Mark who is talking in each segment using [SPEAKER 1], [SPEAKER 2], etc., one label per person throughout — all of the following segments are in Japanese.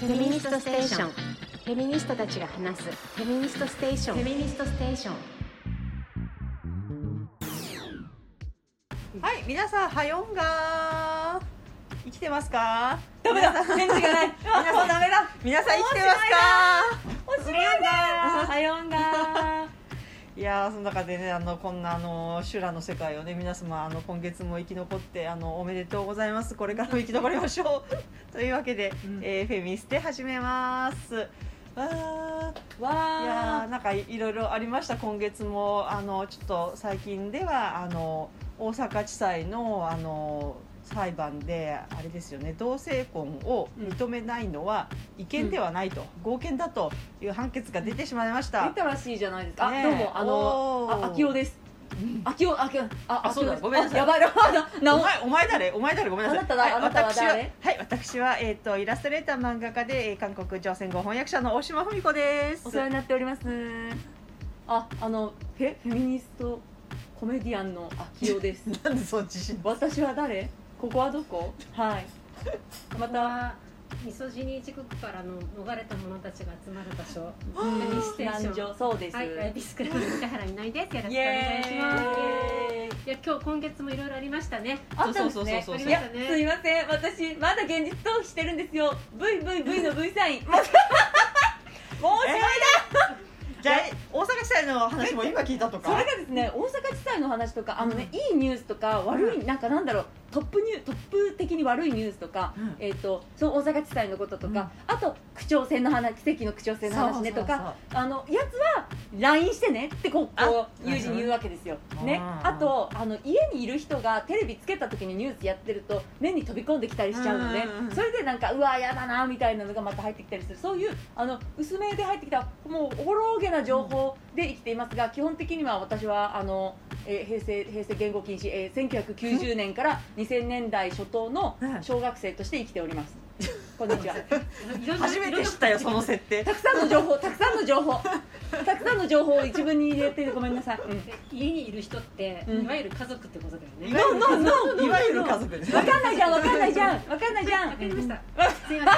[SPEAKER 1] フェミニストステーションフェミニストたちが話すフェミニストステーションフェミニストステーション
[SPEAKER 2] はい、皆さん、はよんがー。生きてますか。
[SPEAKER 3] ダメだ返事 がない
[SPEAKER 2] 皆さん、
[SPEAKER 3] ダメだ
[SPEAKER 2] 皆さん、生きてますか。
[SPEAKER 3] おしまいだはよんだ
[SPEAKER 2] いやーその中でねあのこんなあの修羅の世界をね皆様あの今月も生き残ってあのおめでとうございますこれからも生き残りましょうというわけで、
[SPEAKER 3] うん
[SPEAKER 2] えーフェミステ始めますあーいや
[SPEAKER 3] わ
[SPEAKER 2] ーなんかいいろいろありました今月もあのちょっと最近ではあの大阪地裁のあの裁判であれですよね同性婚を認めないのは違憲ではないと、合憲だという判決が出てしまいまし
[SPEAKER 3] ー
[SPEAKER 2] た
[SPEAKER 3] 出。たらしいじゃないですか、
[SPEAKER 2] ね
[SPEAKER 3] あ
[SPEAKER 2] え
[SPEAKER 3] どうもあの
[SPEAKER 2] おー
[SPEAKER 3] あ秋夫です秋夫秋夫あ
[SPEAKER 2] あそうだ
[SPEAKER 3] 秋夫です
[SPEAKER 2] ごめんなさ
[SPEAKER 3] あ
[SPEAKER 2] い
[SPEAKER 3] やばいや ばいな
[SPEAKER 2] お
[SPEAKER 3] お
[SPEAKER 2] 前お前誰お前誰ごめんなさい
[SPEAKER 3] あなただ
[SPEAKER 2] はい
[SPEAKER 3] あなたは
[SPEAKER 2] 私は
[SPEAKER 3] 誰
[SPEAKER 2] はい私はえっ、とイラストレーター漫画家でえー韓国朝鮮語翻訳者の大島文子です
[SPEAKER 3] お世話になっておりますああのフェフェミニストコメディアンの秋夫です
[SPEAKER 2] なんでその自信
[SPEAKER 3] 私は誰ここはどこはいまた
[SPEAKER 1] はミソジニー地区からの逃れた者たちが集まる場所
[SPEAKER 3] うん
[SPEAKER 1] ミステーション
[SPEAKER 3] 男女そうです、
[SPEAKER 1] はいライビスクラブの北原みのりですよろし
[SPEAKER 3] イ
[SPEAKER 1] くお願
[SPEAKER 3] エ
[SPEAKER 1] いします
[SPEAKER 3] ーイ
[SPEAKER 1] いや今日今月もいろいろありましたね
[SPEAKER 3] あったんですね
[SPEAKER 2] そうそうそうそう
[SPEAKER 3] いやすいません私まだ現実逃避してるんですよ VVV の V サイン申し訳ない
[SPEAKER 2] じゃあ大阪地裁の話も今聞いたと
[SPEAKER 3] それ
[SPEAKER 2] か
[SPEAKER 3] がですね大阪地裁の話とかあのね、いいニュースとか悪いなんかなんだろうトップニュートップ的に悪いニュースとか、
[SPEAKER 2] うん
[SPEAKER 3] えっ、とそう大阪地裁のこととか、あと区長選の話奇跡の区長選の話ねとかあのやつは LINE してねってこうこう
[SPEAKER 2] あ
[SPEAKER 3] 友人に言うわけですよ、
[SPEAKER 2] うん
[SPEAKER 3] ね、
[SPEAKER 2] うん
[SPEAKER 3] あとあの家にいる人がテレビつけた時にニュースやってると目に飛び込んできたりしちゃうのね、
[SPEAKER 2] うんうんうん
[SPEAKER 3] それでなんかうわやだなみたいなのがまた入ってきたりするそういうあの薄めで入ってきたもうおぼろげな情報で生きていますが基本的には私はあの、えー平成平成言語禁止、えー1990年から2000年代初頭の
[SPEAKER 2] うん
[SPEAKER 3] 小学生として生きており ます。こんにちは。
[SPEAKER 1] いろんな
[SPEAKER 2] 初めて知ったよその設定
[SPEAKER 3] たくさんの情報たくさんの情報たくさんの情報を一文に入れてごめんなさい、うん
[SPEAKER 1] 家にいる人って、
[SPEAKER 3] うん
[SPEAKER 1] いわゆる家族ってことだよね
[SPEAKER 2] いわゆる家族
[SPEAKER 3] No, no, no,
[SPEAKER 2] いわゆる家族です
[SPEAKER 3] わかんないじゃんわかんないじゃんわかんないじゃ
[SPEAKER 1] わかりま
[SPEAKER 3] ん
[SPEAKER 1] したすいま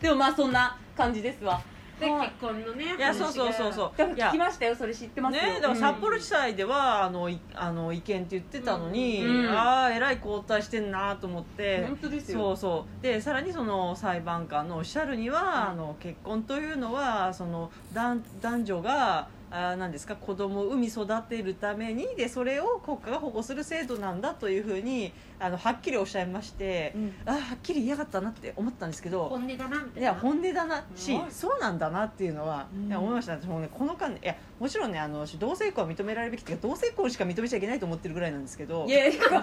[SPEAKER 3] でもまあそんな感じですわ
[SPEAKER 1] せんで
[SPEAKER 3] はい
[SPEAKER 1] 結婚のね
[SPEAKER 2] いやそうそうそうそう
[SPEAKER 3] だから
[SPEAKER 2] いや
[SPEAKER 3] 聞きましたよそれ知ってますよ
[SPEAKER 2] ねだから札幌
[SPEAKER 3] 市
[SPEAKER 2] 地裁ではあのいあの違憲って言ってたのに、
[SPEAKER 3] うん
[SPEAKER 2] ああえらい後退してんなと思って、
[SPEAKER 3] 本当です
[SPEAKER 2] そ
[SPEAKER 3] よ
[SPEAKER 2] うそうでさらにその裁判官のおっしゃるには、あの結婚というのはその男男女があーなんですか子供を産み育てるためにでそれを国家が保護する制度なんだというふうにあのはっきりおっしゃいまして、
[SPEAKER 3] うん
[SPEAKER 2] あーはっきり言いやがったなって思ったんですけど
[SPEAKER 1] 本音だなみたいない
[SPEAKER 2] や本音だなし、
[SPEAKER 3] うん
[SPEAKER 2] そうなんだなっていうのは、
[SPEAKER 3] うん
[SPEAKER 2] いや思いました私もうねこの間ねいやもちろんねあの私同性婚は認められるべきっていうか同性婚しか認めちゃいけないと思ってるぐらいなんですけど
[SPEAKER 3] いやいやスーパー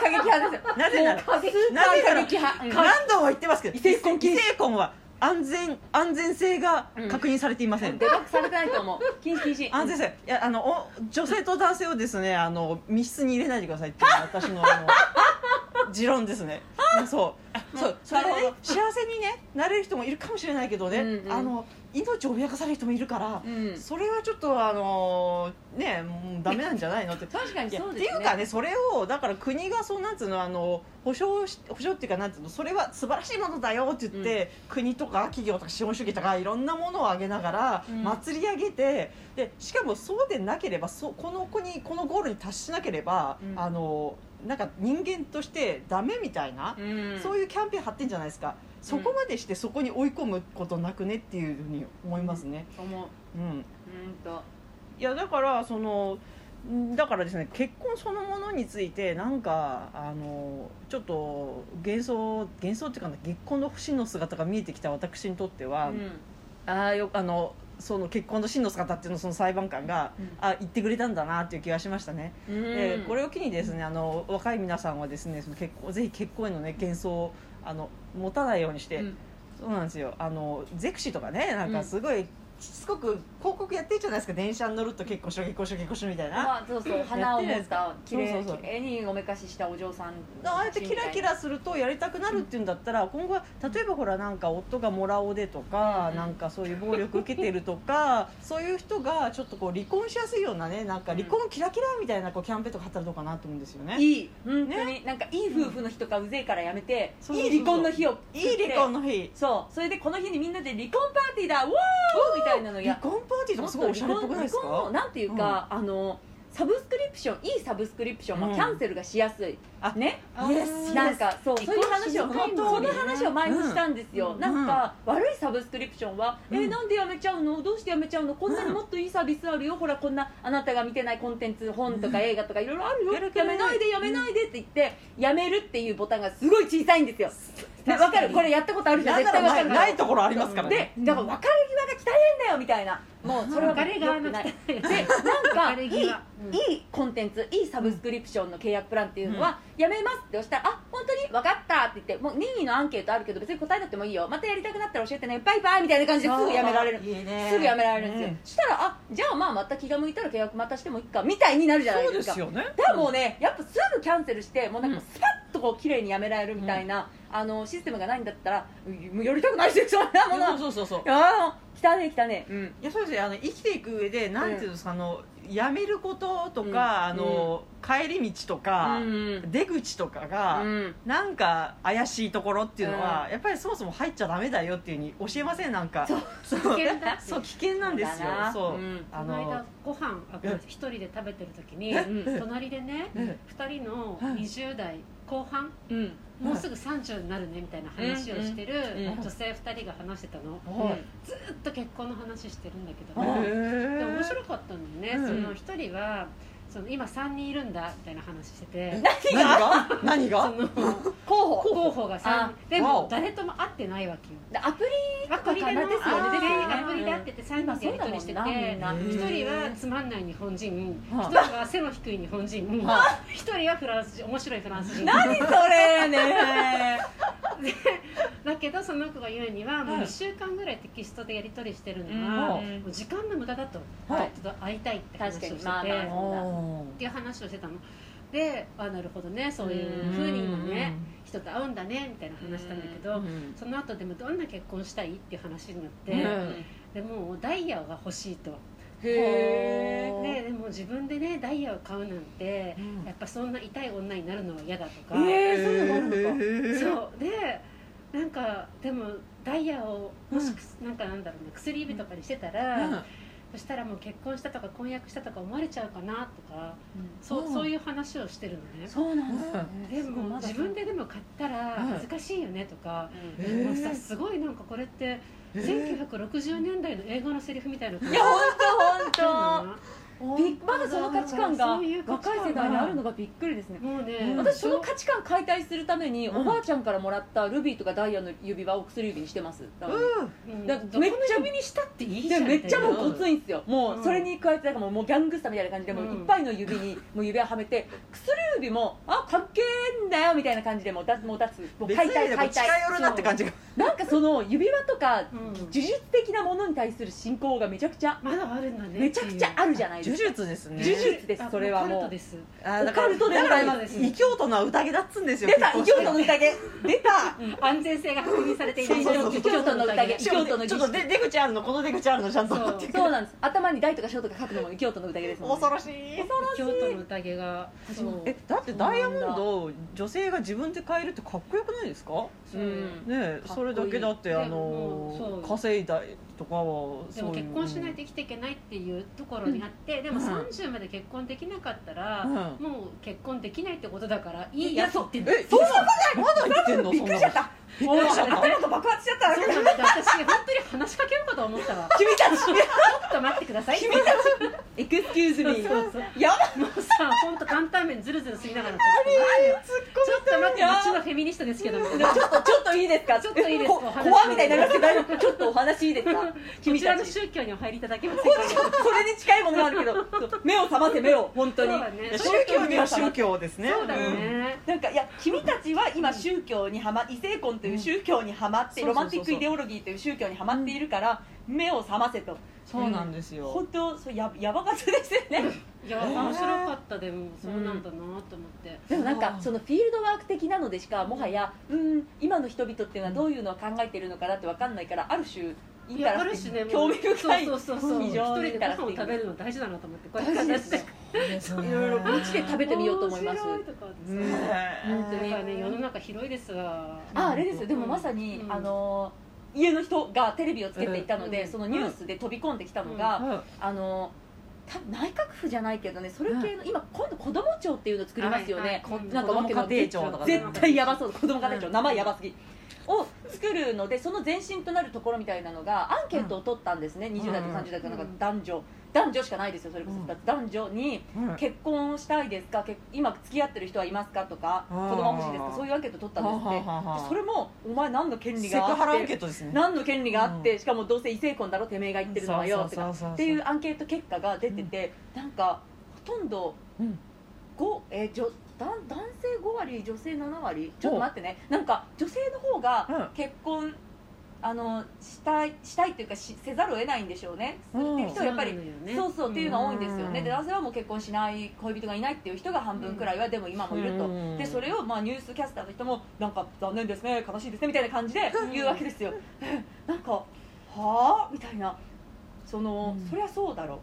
[SPEAKER 3] 過激派ですよ
[SPEAKER 2] なぜなら
[SPEAKER 3] もう過激スーパ
[SPEAKER 2] なぜな
[SPEAKER 3] ー
[SPEAKER 2] ら
[SPEAKER 3] 過激派うん
[SPEAKER 2] 何度も言ってますけど
[SPEAKER 3] 異性婚禁止
[SPEAKER 2] 異性婚は安全安全性が確認されていません、
[SPEAKER 3] デバッグされてないと思う禁止禁止
[SPEAKER 2] 安全性いやあのお女性と男性をですねあの密室に入れないでくださいっていうのが私のあ の持論ですねそうそうそれで
[SPEAKER 3] なる
[SPEAKER 2] ね幸せに、ね、なれる人もいるかもしれないけどね、
[SPEAKER 3] うんうん
[SPEAKER 2] あの命を脅かされる人もいるから、
[SPEAKER 3] うん
[SPEAKER 2] それはちょっとあのねもうダメなんじゃないのっ て
[SPEAKER 3] 確かに
[SPEAKER 2] いや
[SPEAKER 3] そう
[SPEAKER 2] っ
[SPEAKER 3] で
[SPEAKER 2] て
[SPEAKER 3] すね
[SPEAKER 2] いうかねそれをだから国がそうなんつうのあの保証し保証っていうかなんつうのそれは素晴らしいものだよって言って、国とか企業とか資本主義とかいろんなものをあげながら、
[SPEAKER 3] うん
[SPEAKER 2] 祭り上げてでしかもそうでなければそうこの国このゴールに達しなければ、
[SPEAKER 3] うん
[SPEAKER 2] あのなんか人間としてダメみたいな、
[SPEAKER 3] うん
[SPEAKER 2] そういうキャンペーン張ってんじゃないですか。そこまでしてそこに追い込むことなくねっていうふうに思いますね。
[SPEAKER 3] 思う
[SPEAKER 2] うん、
[SPEAKER 3] うんと
[SPEAKER 2] いやだからそのんだからですね結婚そのものについてなんかあのちょっと幻想幻想っていうかな結婚の真の姿が見えてきた私にとっては、
[SPEAKER 3] うん
[SPEAKER 2] ああよあのその結婚の真の姿っていうのをその裁判官が、
[SPEAKER 3] うん
[SPEAKER 2] あ言ってくれたんだなっていう気がしましたね。でこれを機にですねあの若い皆さんはですねその結婚ぜひ結婚へのね幻想をあの持たないようにして、
[SPEAKER 3] うん
[SPEAKER 2] そうなんですよあのゼクシーとかねなんかすごいしつこく広告やってるじゃないですか電車に乗ると結婚しろ結婚しろ結婚しろみたいな、
[SPEAKER 3] まあ、そうそう花を持っ
[SPEAKER 2] や
[SPEAKER 3] た
[SPEAKER 2] っ
[SPEAKER 3] 綺
[SPEAKER 2] てるや
[SPEAKER 3] 麗
[SPEAKER 2] つそうそうそう
[SPEAKER 3] 綺麗におめかししたお嬢さん
[SPEAKER 2] ああやってキラキラするとやりたくなるっていうんだったら、今後は例えばほらなんか夫がもらおうでとか、
[SPEAKER 3] うん
[SPEAKER 2] なんかそういう暴力受けてるとかそういう人がちょっとこう離婚しやすいようなねなんか離婚キラキラみたいなこうキャンペーンとか働こうかなと思うんですよね。
[SPEAKER 3] いい本当に、なんかいい夫婦の日とかうぜえからやめて、
[SPEAKER 2] そうそうそう
[SPEAKER 3] いい離婚の日を作っ
[SPEAKER 2] い
[SPEAKER 3] て
[SPEAKER 2] い離婚の日
[SPEAKER 3] そうそれでこの日にみんなで離婚パーティーだウォーみたいなの
[SPEAKER 2] 離
[SPEAKER 3] や
[SPEAKER 2] 婚パーティーとかすごいおしゃれっぽくないです
[SPEAKER 3] 離婚の
[SPEAKER 2] か
[SPEAKER 3] なんていうか、あのサブスクリプションいいサブスクリプション、まあ
[SPEAKER 2] うん
[SPEAKER 3] キャンセルがしやすい
[SPEAKER 2] あ
[SPEAKER 3] ね
[SPEAKER 2] あ Yes,
[SPEAKER 3] なんかそうそういう話を
[SPEAKER 2] 離婚しづらいもんね
[SPEAKER 3] その話を前にしたんですよ、
[SPEAKER 2] うん
[SPEAKER 3] なんか、悪いサブスクリプションは、
[SPEAKER 2] うん
[SPEAKER 3] えなんでやめちゃうのどうしてやめちゃうのこんなに
[SPEAKER 2] うん
[SPEAKER 3] もっといいサービスあるよ、ほらこんなあなたが見てないコンテンツ本とか
[SPEAKER 2] うん
[SPEAKER 3] 映画とかいろいろあるよ、
[SPEAKER 2] やる気
[SPEAKER 3] や
[SPEAKER 2] ない
[SPEAKER 3] めないでやめないでって言って、やめるっていうボタンがすごい小さいんですよでわかるこれやったことあるじゃん
[SPEAKER 2] なん
[SPEAKER 3] 絶
[SPEAKER 2] な
[SPEAKER 3] 対わか
[SPEAKER 2] らない
[SPEAKER 3] る
[SPEAKER 2] ないところありますから
[SPEAKER 3] で
[SPEAKER 2] ね
[SPEAKER 3] だから別れ際が鍛えんだよみたいなもうそれは
[SPEAKER 1] 別れ
[SPEAKER 3] 良
[SPEAKER 1] 側
[SPEAKER 3] く
[SPEAKER 1] の
[SPEAKER 3] ない
[SPEAKER 1] 期
[SPEAKER 3] でなんかい
[SPEAKER 1] 別れ
[SPEAKER 3] い
[SPEAKER 1] 際
[SPEAKER 3] いいコンテンツいいサブスクリプションの契約プランっていうのは、やめますって押したら「あ本当に分かった」って言ってもう任意のアンケートあるけど別に答えなくてもいいよまたやりたくなったら教えてねバイバイみたいな感じですぐやめられる
[SPEAKER 2] いいね
[SPEAKER 3] すぐやめられるんですよ、
[SPEAKER 2] うん
[SPEAKER 3] そしたらあじゃあまあまた気が向いたら契約またしてもいいかみたいになるじゃない
[SPEAKER 2] そう
[SPEAKER 3] で
[SPEAKER 2] です
[SPEAKER 3] か
[SPEAKER 2] すよね
[SPEAKER 3] だからもうねやっぱすぐキャンセルしてもうなんか
[SPEAKER 2] うん
[SPEAKER 3] スパッとこう綺麗にやめられるみたいな、あのシステムがないんだったらもうやりたくないしそんなものは
[SPEAKER 2] そうそうそう
[SPEAKER 3] ああ来たね来たねうん
[SPEAKER 2] いやそうですよあの生きていく上でなんていうの、あのやめることとか、
[SPEAKER 3] うん
[SPEAKER 2] あの帰り道とか、
[SPEAKER 3] うん
[SPEAKER 2] 出口とか
[SPEAKER 3] う
[SPEAKER 2] が、
[SPEAKER 3] ん
[SPEAKER 2] なんか怪しいところっていうのは、
[SPEAKER 3] う
[SPEAKER 2] やっぱりそもそも入っちゃダメだよっていうふうに教えませんなんか
[SPEAKER 3] そう
[SPEAKER 2] そう
[SPEAKER 1] 危険だって
[SPEAKER 2] そう危険なんですよ
[SPEAKER 3] だな
[SPEAKER 2] そう、
[SPEAKER 3] うん
[SPEAKER 1] こ
[SPEAKER 2] あ
[SPEAKER 1] の間
[SPEAKER 2] の
[SPEAKER 1] ご飯あ
[SPEAKER 2] え
[SPEAKER 1] 一人で食べてる時に
[SPEAKER 3] うん
[SPEAKER 1] 隣でね
[SPEAKER 2] え
[SPEAKER 1] 2人の
[SPEAKER 2] はい
[SPEAKER 1] 20代後半
[SPEAKER 3] うん
[SPEAKER 1] もうすぐ30になるねみたいな話をしてる
[SPEAKER 3] うんうん
[SPEAKER 1] 女性2人が話してたの
[SPEAKER 2] はい
[SPEAKER 1] ずっと結婚の話してるんだけど
[SPEAKER 3] う
[SPEAKER 1] ね
[SPEAKER 3] ん
[SPEAKER 2] へ
[SPEAKER 1] で
[SPEAKER 2] ー
[SPEAKER 1] 面白かったんだよね、
[SPEAKER 2] うん
[SPEAKER 1] その一人はその今3人いるんだみたいな話してて
[SPEAKER 3] 何が
[SPEAKER 2] 何が何
[SPEAKER 1] そ
[SPEAKER 2] が
[SPEAKER 1] の
[SPEAKER 3] 候補
[SPEAKER 1] 候補が3
[SPEAKER 3] あ
[SPEAKER 1] 人で
[SPEAKER 2] わ
[SPEAKER 1] も
[SPEAKER 2] お
[SPEAKER 1] 誰とも会ってないわけよ
[SPEAKER 3] アプリ
[SPEAKER 1] アプリでの
[SPEAKER 3] わかんないですよね
[SPEAKER 1] 全員
[SPEAKER 2] ですよね
[SPEAKER 1] アプリで会ってて3人でやり取りしてて
[SPEAKER 3] 今そうだもんなみんな
[SPEAKER 1] 一人はつまんない日本人
[SPEAKER 2] は
[SPEAKER 1] 一
[SPEAKER 2] あ
[SPEAKER 1] 人は背の低い日本人
[SPEAKER 2] は
[SPEAKER 1] 一人はフランス人面白いフランス人
[SPEAKER 3] 何それね
[SPEAKER 1] だけどその子が言うにはもう
[SPEAKER 2] はい
[SPEAKER 1] 1週間ぐらいテキストでやり取りしてるのは
[SPEAKER 2] は
[SPEAKER 1] もう時間の無駄だと
[SPEAKER 2] はい
[SPEAKER 1] ちょっと会いたいって話をして
[SPEAKER 3] 確かにまあ
[SPEAKER 1] て
[SPEAKER 3] まあ。
[SPEAKER 2] お
[SPEAKER 1] っていう話をしてたのであなるほどねそういうふうにもね人と会うんだねみたいな話したんだけ
[SPEAKER 2] ー
[SPEAKER 1] どその後でもどんな結婚したいっていう話になって、
[SPEAKER 2] うん
[SPEAKER 1] でもうダイヤが欲しいと
[SPEAKER 3] へ
[SPEAKER 2] うん
[SPEAKER 1] ででも自分でねダイヤを買うなんて
[SPEAKER 2] うん
[SPEAKER 1] やっぱそんな痛い女になるのは嫌だとか、
[SPEAKER 3] えーそういうのもあるのか
[SPEAKER 2] へー
[SPEAKER 1] そうでなんかでもダイヤをもしくす、なんかなんだろうな薬指とかにしてたら、
[SPEAKER 2] うん
[SPEAKER 1] そしたらもう結婚したとか婚約したとか思われちゃうかなとかそう,、
[SPEAKER 2] うん
[SPEAKER 1] そういう話をしてるのね
[SPEAKER 3] そうなん
[SPEAKER 2] ん
[SPEAKER 3] で
[SPEAKER 2] ですす
[SPEAKER 3] ね
[SPEAKER 2] ね
[SPEAKER 1] でも自分ででも買ったら
[SPEAKER 2] うん
[SPEAKER 1] 恥ずかしいよねとか、
[SPEAKER 2] え
[SPEAKER 1] もう
[SPEAKER 2] ー
[SPEAKER 1] さすごいなんかこれって
[SPEAKER 2] えー
[SPEAKER 1] 1960年代の映画のセリフみたいな感
[SPEAKER 3] い
[SPEAKER 1] じ
[SPEAKER 3] や本当本当びっ
[SPEAKER 2] 本当
[SPEAKER 3] まだその価値観が
[SPEAKER 1] そういう価値
[SPEAKER 3] 若
[SPEAKER 1] 観
[SPEAKER 3] い
[SPEAKER 1] が
[SPEAKER 3] 世代にあるのがびっくりですね
[SPEAKER 1] もうね、
[SPEAKER 2] うん
[SPEAKER 3] 私その価値観解体するために
[SPEAKER 2] うん
[SPEAKER 3] おばあちゃんからもらったルビーとかダイヤの指輪を薬指にしてますだから
[SPEAKER 2] うん
[SPEAKER 1] うん
[SPEAKER 3] だからめっ
[SPEAKER 1] ど
[SPEAKER 3] ちゃ
[SPEAKER 1] この指にしたっていいじ
[SPEAKER 3] で
[SPEAKER 1] ゃん
[SPEAKER 3] めっちゃもう
[SPEAKER 1] みたい
[SPEAKER 3] ご
[SPEAKER 1] な
[SPEAKER 3] ついんですよもうそれに加えてなんかもうもうギャングスターみたいな感じでもう
[SPEAKER 1] うん
[SPEAKER 3] いっぱいの指にもう指輪はめて薬指もあ関係んだよみたいな感じでもう脱もう脱もう
[SPEAKER 2] 別
[SPEAKER 3] 解体
[SPEAKER 2] にねこう
[SPEAKER 3] 解
[SPEAKER 2] 近
[SPEAKER 3] 体
[SPEAKER 2] 寄るなって感じが
[SPEAKER 3] そうなんかその指輪とか
[SPEAKER 1] うん
[SPEAKER 3] 呪術的なものに対する信仰がめちゃくちゃ
[SPEAKER 1] まだあるんだね
[SPEAKER 3] めちゃくちゃあるじゃないで
[SPEAKER 2] 呪
[SPEAKER 3] すか
[SPEAKER 2] 術ですね
[SPEAKER 3] 呪術です
[SPEAKER 1] あ
[SPEAKER 3] それは
[SPEAKER 1] オカ
[SPEAKER 3] も
[SPEAKER 1] ルト
[SPEAKER 3] う
[SPEAKER 1] です
[SPEAKER 2] あーだか
[SPEAKER 3] オカ
[SPEAKER 2] ら
[SPEAKER 3] ルトでご
[SPEAKER 2] だか
[SPEAKER 3] ざ
[SPEAKER 2] ら
[SPEAKER 3] い
[SPEAKER 2] 今
[SPEAKER 3] ます
[SPEAKER 2] 異教徒の宴だっつんですよ
[SPEAKER 3] 出た異
[SPEAKER 2] 結婚
[SPEAKER 3] 教徒
[SPEAKER 2] し
[SPEAKER 3] の宴出た
[SPEAKER 1] 安全性が確認されていない
[SPEAKER 2] そうそうそう
[SPEAKER 1] 異教徒の宴
[SPEAKER 3] 異教徒の儀式
[SPEAKER 2] ちょっとで出口あるのこの出口あるのちゃんと
[SPEAKER 1] そう
[SPEAKER 2] 持ってくる
[SPEAKER 3] そうなんです頭に大とか小とか書くのも異教徒の宴ですもんね
[SPEAKER 2] 恐ろしい
[SPEAKER 1] 異教徒の宴が
[SPEAKER 3] 始まる
[SPEAKER 1] そう
[SPEAKER 2] えだってダイヤモンドを女性が自分で買えるってかっこよくないですか
[SPEAKER 1] そう
[SPEAKER 3] うん
[SPEAKER 2] ねえ
[SPEAKER 3] かっこ
[SPEAKER 2] そ
[SPEAKER 3] いい
[SPEAKER 2] れだけだってあ
[SPEAKER 1] でもも
[SPEAKER 2] の
[SPEAKER 1] うそう
[SPEAKER 2] 稼いだりとかは
[SPEAKER 1] でも結婚しないと生きていけないっていうところにあって、でも
[SPEAKER 2] うん
[SPEAKER 1] 30まで結婚できなかったら、
[SPEAKER 2] うん
[SPEAKER 1] もう結婚できないってことだからいいやつって言って
[SPEAKER 2] えそんなことまだ言ってんの
[SPEAKER 3] びっ
[SPEAKER 2] そん
[SPEAKER 3] くり
[SPEAKER 2] な
[SPEAKER 3] し
[SPEAKER 2] こ
[SPEAKER 3] ちゃった
[SPEAKER 2] とびっくりしちゃった
[SPEAKER 3] 頭が爆発しちゃった
[SPEAKER 1] そうなんだ私本当に話しかけようかと思ったわち
[SPEAKER 3] 君たち
[SPEAKER 1] ょっと待ってください
[SPEAKER 3] 君 たちエクスキューズミ
[SPEAKER 1] そうそうそう
[SPEAKER 3] ーやば
[SPEAKER 1] もうさ本当担々麺ずるずる吸いながらちょっ
[SPEAKER 2] 突っ
[SPEAKER 1] と待ってちょっと待ってうちのフェミニストですけど みたいな
[SPEAKER 3] ちょっとちょっといいですか
[SPEAKER 1] ちょっといいです
[SPEAKER 3] こ
[SPEAKER 1] お話
[SPEAKER 3] 怖みたいになりますけど大丈夫ちょっとお話いいですか
[SPEAKER 1] こ
[SPEAKER 3] 君
[SPEAKER 1] ちら
[SPEAKER 3] た
[SPEAKER 1] の
[SPEAKER 3] ち
[SPEAKER 1] 宗教にお入りいただけません
[SPEAKER 3] こ
[SPEAKER 1] か
[SPEAKER 3] それに近いものがあるけどそう目を覚ませ目を本当に
[SPEAKER 1] そうだね
[SPEAKER 2] 込
[SPEAKER 1] 宗
[SPEAKER 2] 宗教には
[SPEAKER 3] そう
[SPEAKER 2] 宗教ですね
[SPEAKER 1] そうだよね、
[SPEAKER 3] なんかいや君たちは今宗教にはま異性婚という宗教にはまって
[SPEAKER 2] うん
[SPEAKER 3] ロマンティック
[SPEAKER 2] そうそうそうそう
[SPEAKER 3] イデオロギーという宗教にはまっているから目を覚ませと
[SPEAKER 2] そうなんですよ、
[SPEAKER 3] 本当そうややばかったですよね
[SPEAKER 1] いや
[SPEAKER 2] えー
[SPEAKER 1] 面白かったでもそうなんだなと思って、
[SPEAKER 3] でもなんか
[SPEAKER 2] あー
[SPEAKER 3] そのフィールドワーク的なのでしかもはやうん今の人々っていうのはどういうのを考えているのかなって分かんないからある種い
[SPEAKER 1] い
[SPEAKER 3] いか
[SPEAKER 1] や
[SPEAKER 3] ら
[SPEAKER 1] あ
[SPEAKER 3] っ
[SPEAKER 1] る
[SPEAKER 3] て
[SPEAKER 1] 種ねもう
[SPEAKER 3] 興味深い
[SPEAKER 1] そうそうそうそう
[SPEAKER 3] 非
[SPEAKER 1] 一
[SPEAKER 3] 常
[SPEAKER 1] 人
[SPEAKER 3] に
[SPEAKER 1] でご飯を食べるの大事だなと思ってこうやって
[SPEAKER 3] 大事ですよいろいろお家で食べてみようと思います
[SPEAKER 1] 面白いとかです
[SPEAKER 2] ね
[SPEAKER 1] ね
[SPEAKER 3] 本当
[SPEAKER 1] だ
[SPEAKER 3] に
[SPEAKER 1] からね世の中広いですわ
[SPEAKER 3] ああれですよでもまさに、あの家の人がテレビをつけていたので、
[SPEAKER 1] うん
[SPEAKER 3] そのニュースで飛び込んできたのが、あの多分内閣府じゃないけどねそれ系の、今今度子ども庁っていうの作りますよね、
[SPEAKER 1] はいはい
[SPEAKER 3] なんかわけのわかんない
[SPEAKER 2] 子ども家庭庁とかね
[SPEAKER 3] 絶対やばそう子供家庭庁、
[SPEAKER 2] うん
[SPEAKER 3] 名前やばすぎを作るのでその前身となるところみたいなのがアンケートを取ったんですね、20代と30代となんか
[SPEAKER 1] うん
[SPEAKER 3] 男女男女しかないですよそれこそ、
[SPEAKER 2] うん
[SPEAKER 3] 男女に結婚したいですか結今付き合ってる人はいますかとか
[SPEAKER 2] あ
[SPEAKER 3] 子
[SPEAKER 2] ー
[SPEAKER 3] 供欲しいですかそういうアンケート取ったんですってでそれもお前何の権利
[SPEAKER 2] セク
[SPEAKER 3] が
[SPEAKER 2] ハラ
[SPEAKER 3] あ
[SPEAKER 2] ア
[SPEAKER 3] っ
[SPEAKER 2] ンケ
[SPEAKER 3] て
[SPEAKER 2] ートですね
[SPEAKER 3] 何の権利があって、しかもどうせ異性婚だろてめえが言ってるのはよとかっていうアンケート結果が出てて、なんかほとんど
[SPEAKER 2] うん
[SPEAKER 3] 5えー、女男男性5割女性7割ちょっと待ってねなんか女性の方が結婚、あのしたいしたいっていうかしせざるを得ないんでしょうね、
[SPEAKER 2] うん
[SPEAKER 3] っていう人はやっぱり
[SPEAKER 1] そうなのよね
[SPEAKER 3] そうそうっていうのは多いんですよね、
[SPEAKER 2] うん
[SPEAKER 3] で男性はもう結婚しない恋人がいないっていう人が半分くらいはでも今もいると、
[SPEAKER 2] うん
[SPEAKER 3] でそれをまあニュースキャスターの人もなんか残念ですね悲しいですねみたいな感じで言うわけですよなんかはあみたいなその、
[SPEAKER 2] うん
[SPEAKER 3] そりゃそうだろう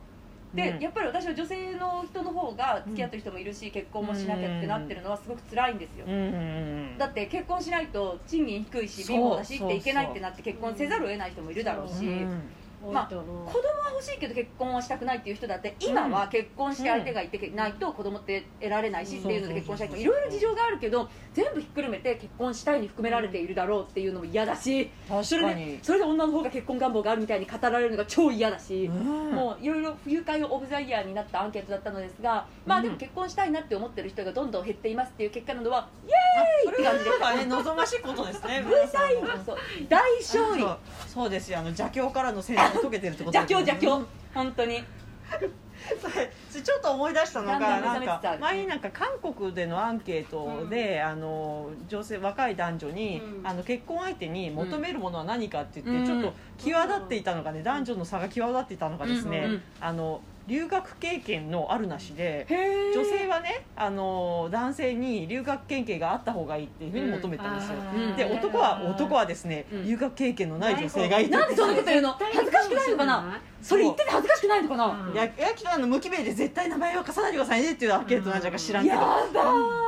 [SPEAKER 3] で、
[SPEAKER 2] うん
[SPEAKER 3] やっぱり私は女性の人の方が付き合ってる人もいるし、結婚もしなきゃってなってるのはすごく辛いんですよ、
[SPEAKER 2] うん
[SPEAKER 3] だって結婚しないと賃金低いし
[SPEAKER 2] そう
[SPEAKER 3] 貧乏だしっ
[SPEAKER 2] そう
[SPEAKER 3] て
[SPEAKER 2] そう
[SPEAKER 3] いけないってなって結婚せざるを得ない人もいるだろうし、
[SPEAKER 2] うん
[SPEAKER 1] 多いと思う
[SPEAKER 3] 子供は欲しいけど結婚はしたくないっていう人だって今は結婚して相手がいてないと子供って得られないしっていうので結婚したい人もいろいろ事情があるけど全部ひっくるめて結婚したいに含められているだろうっていうのも嫌だしそ
[SPEAKER 2] 確
[SPEAKER 3] れ
[SPEAKER 2] か
[SPEAKER 3] で
[SPEAKER 2] に
[SPEAKER 3] それで女の方が結婚願望があるみたいに語られるのが超嫌だし。
[SPEAKER 2] も
[SPEAKER 3] もういろいろ不愉快オブザイヤーになったアンケートだったのですが、まあでも結婚したいなって思ってる人がどんどん減っていますっていう結果なのは
[SPEAKER 2] それはなん かね望ましいことですね
[SPEAKER 3] V サインそう大勝利
[SPEAKER 2] そうそうですよあの邪教からの洗脳を解けてるってこと
[SPEAKER 3] 邪
[SPEAKER 2] だけ
[SPEAKER 3] 教
[SPEAKER 2] ど
[SPEAKER 3] 邪教本当に
[SPEAKER 2] それそれ ちょっと思い出したのが
[SPEAKER 3] だんだ
[SPEAKER 2] なん
[SPEAKER 3] 目覚め
[SPEAKER 2] ん
[SPEAKER 3] てた
[SPEAKER 2] か前になんか韓国でのアンケートで、あの女性若い男女に、
[SPEAKER 1] うん
[SPEAKER 2] あの結婚相手に求めるものは何かって言って、
[SPEAKER 3] うん
[SPEAKER 2] ちょっと際立っていたのがね男女の差が際立っていたのがですね、
[SPEAKER 3] うんうん
[SPEAKER 2] あの留学経験のあるなしで。
[SPEAKER 3] へ
[SPEAKER 2] 女性はねあの男性に留学経験があった方がいいっていうふうに求めたんですよ、
[SPEAKER 1] あ
[SPEAKER 3] ー
[SPEAKER 2] で男は男はですね、
[SPEAKER 3] うん
[SPEAKER 2] 留学経験のない女性がいて
[SPEAKER 3] なんでそんなこと言うの
[SPEAKER 1] 絶対
[SPEAKER 3] 恥ずかしくないのかなそれ言ってて恥ずかしくないのかな、
[SPEAKER 1] うん
[SPEAKER 2] いや、やきとあの無記名で絶対名前は貸さないでくださいねっていうアンケートなんじゃか知らんけ
[SPEAKER 3] や
[SPEAKER 2] ど、
[SPEAKER 3] だ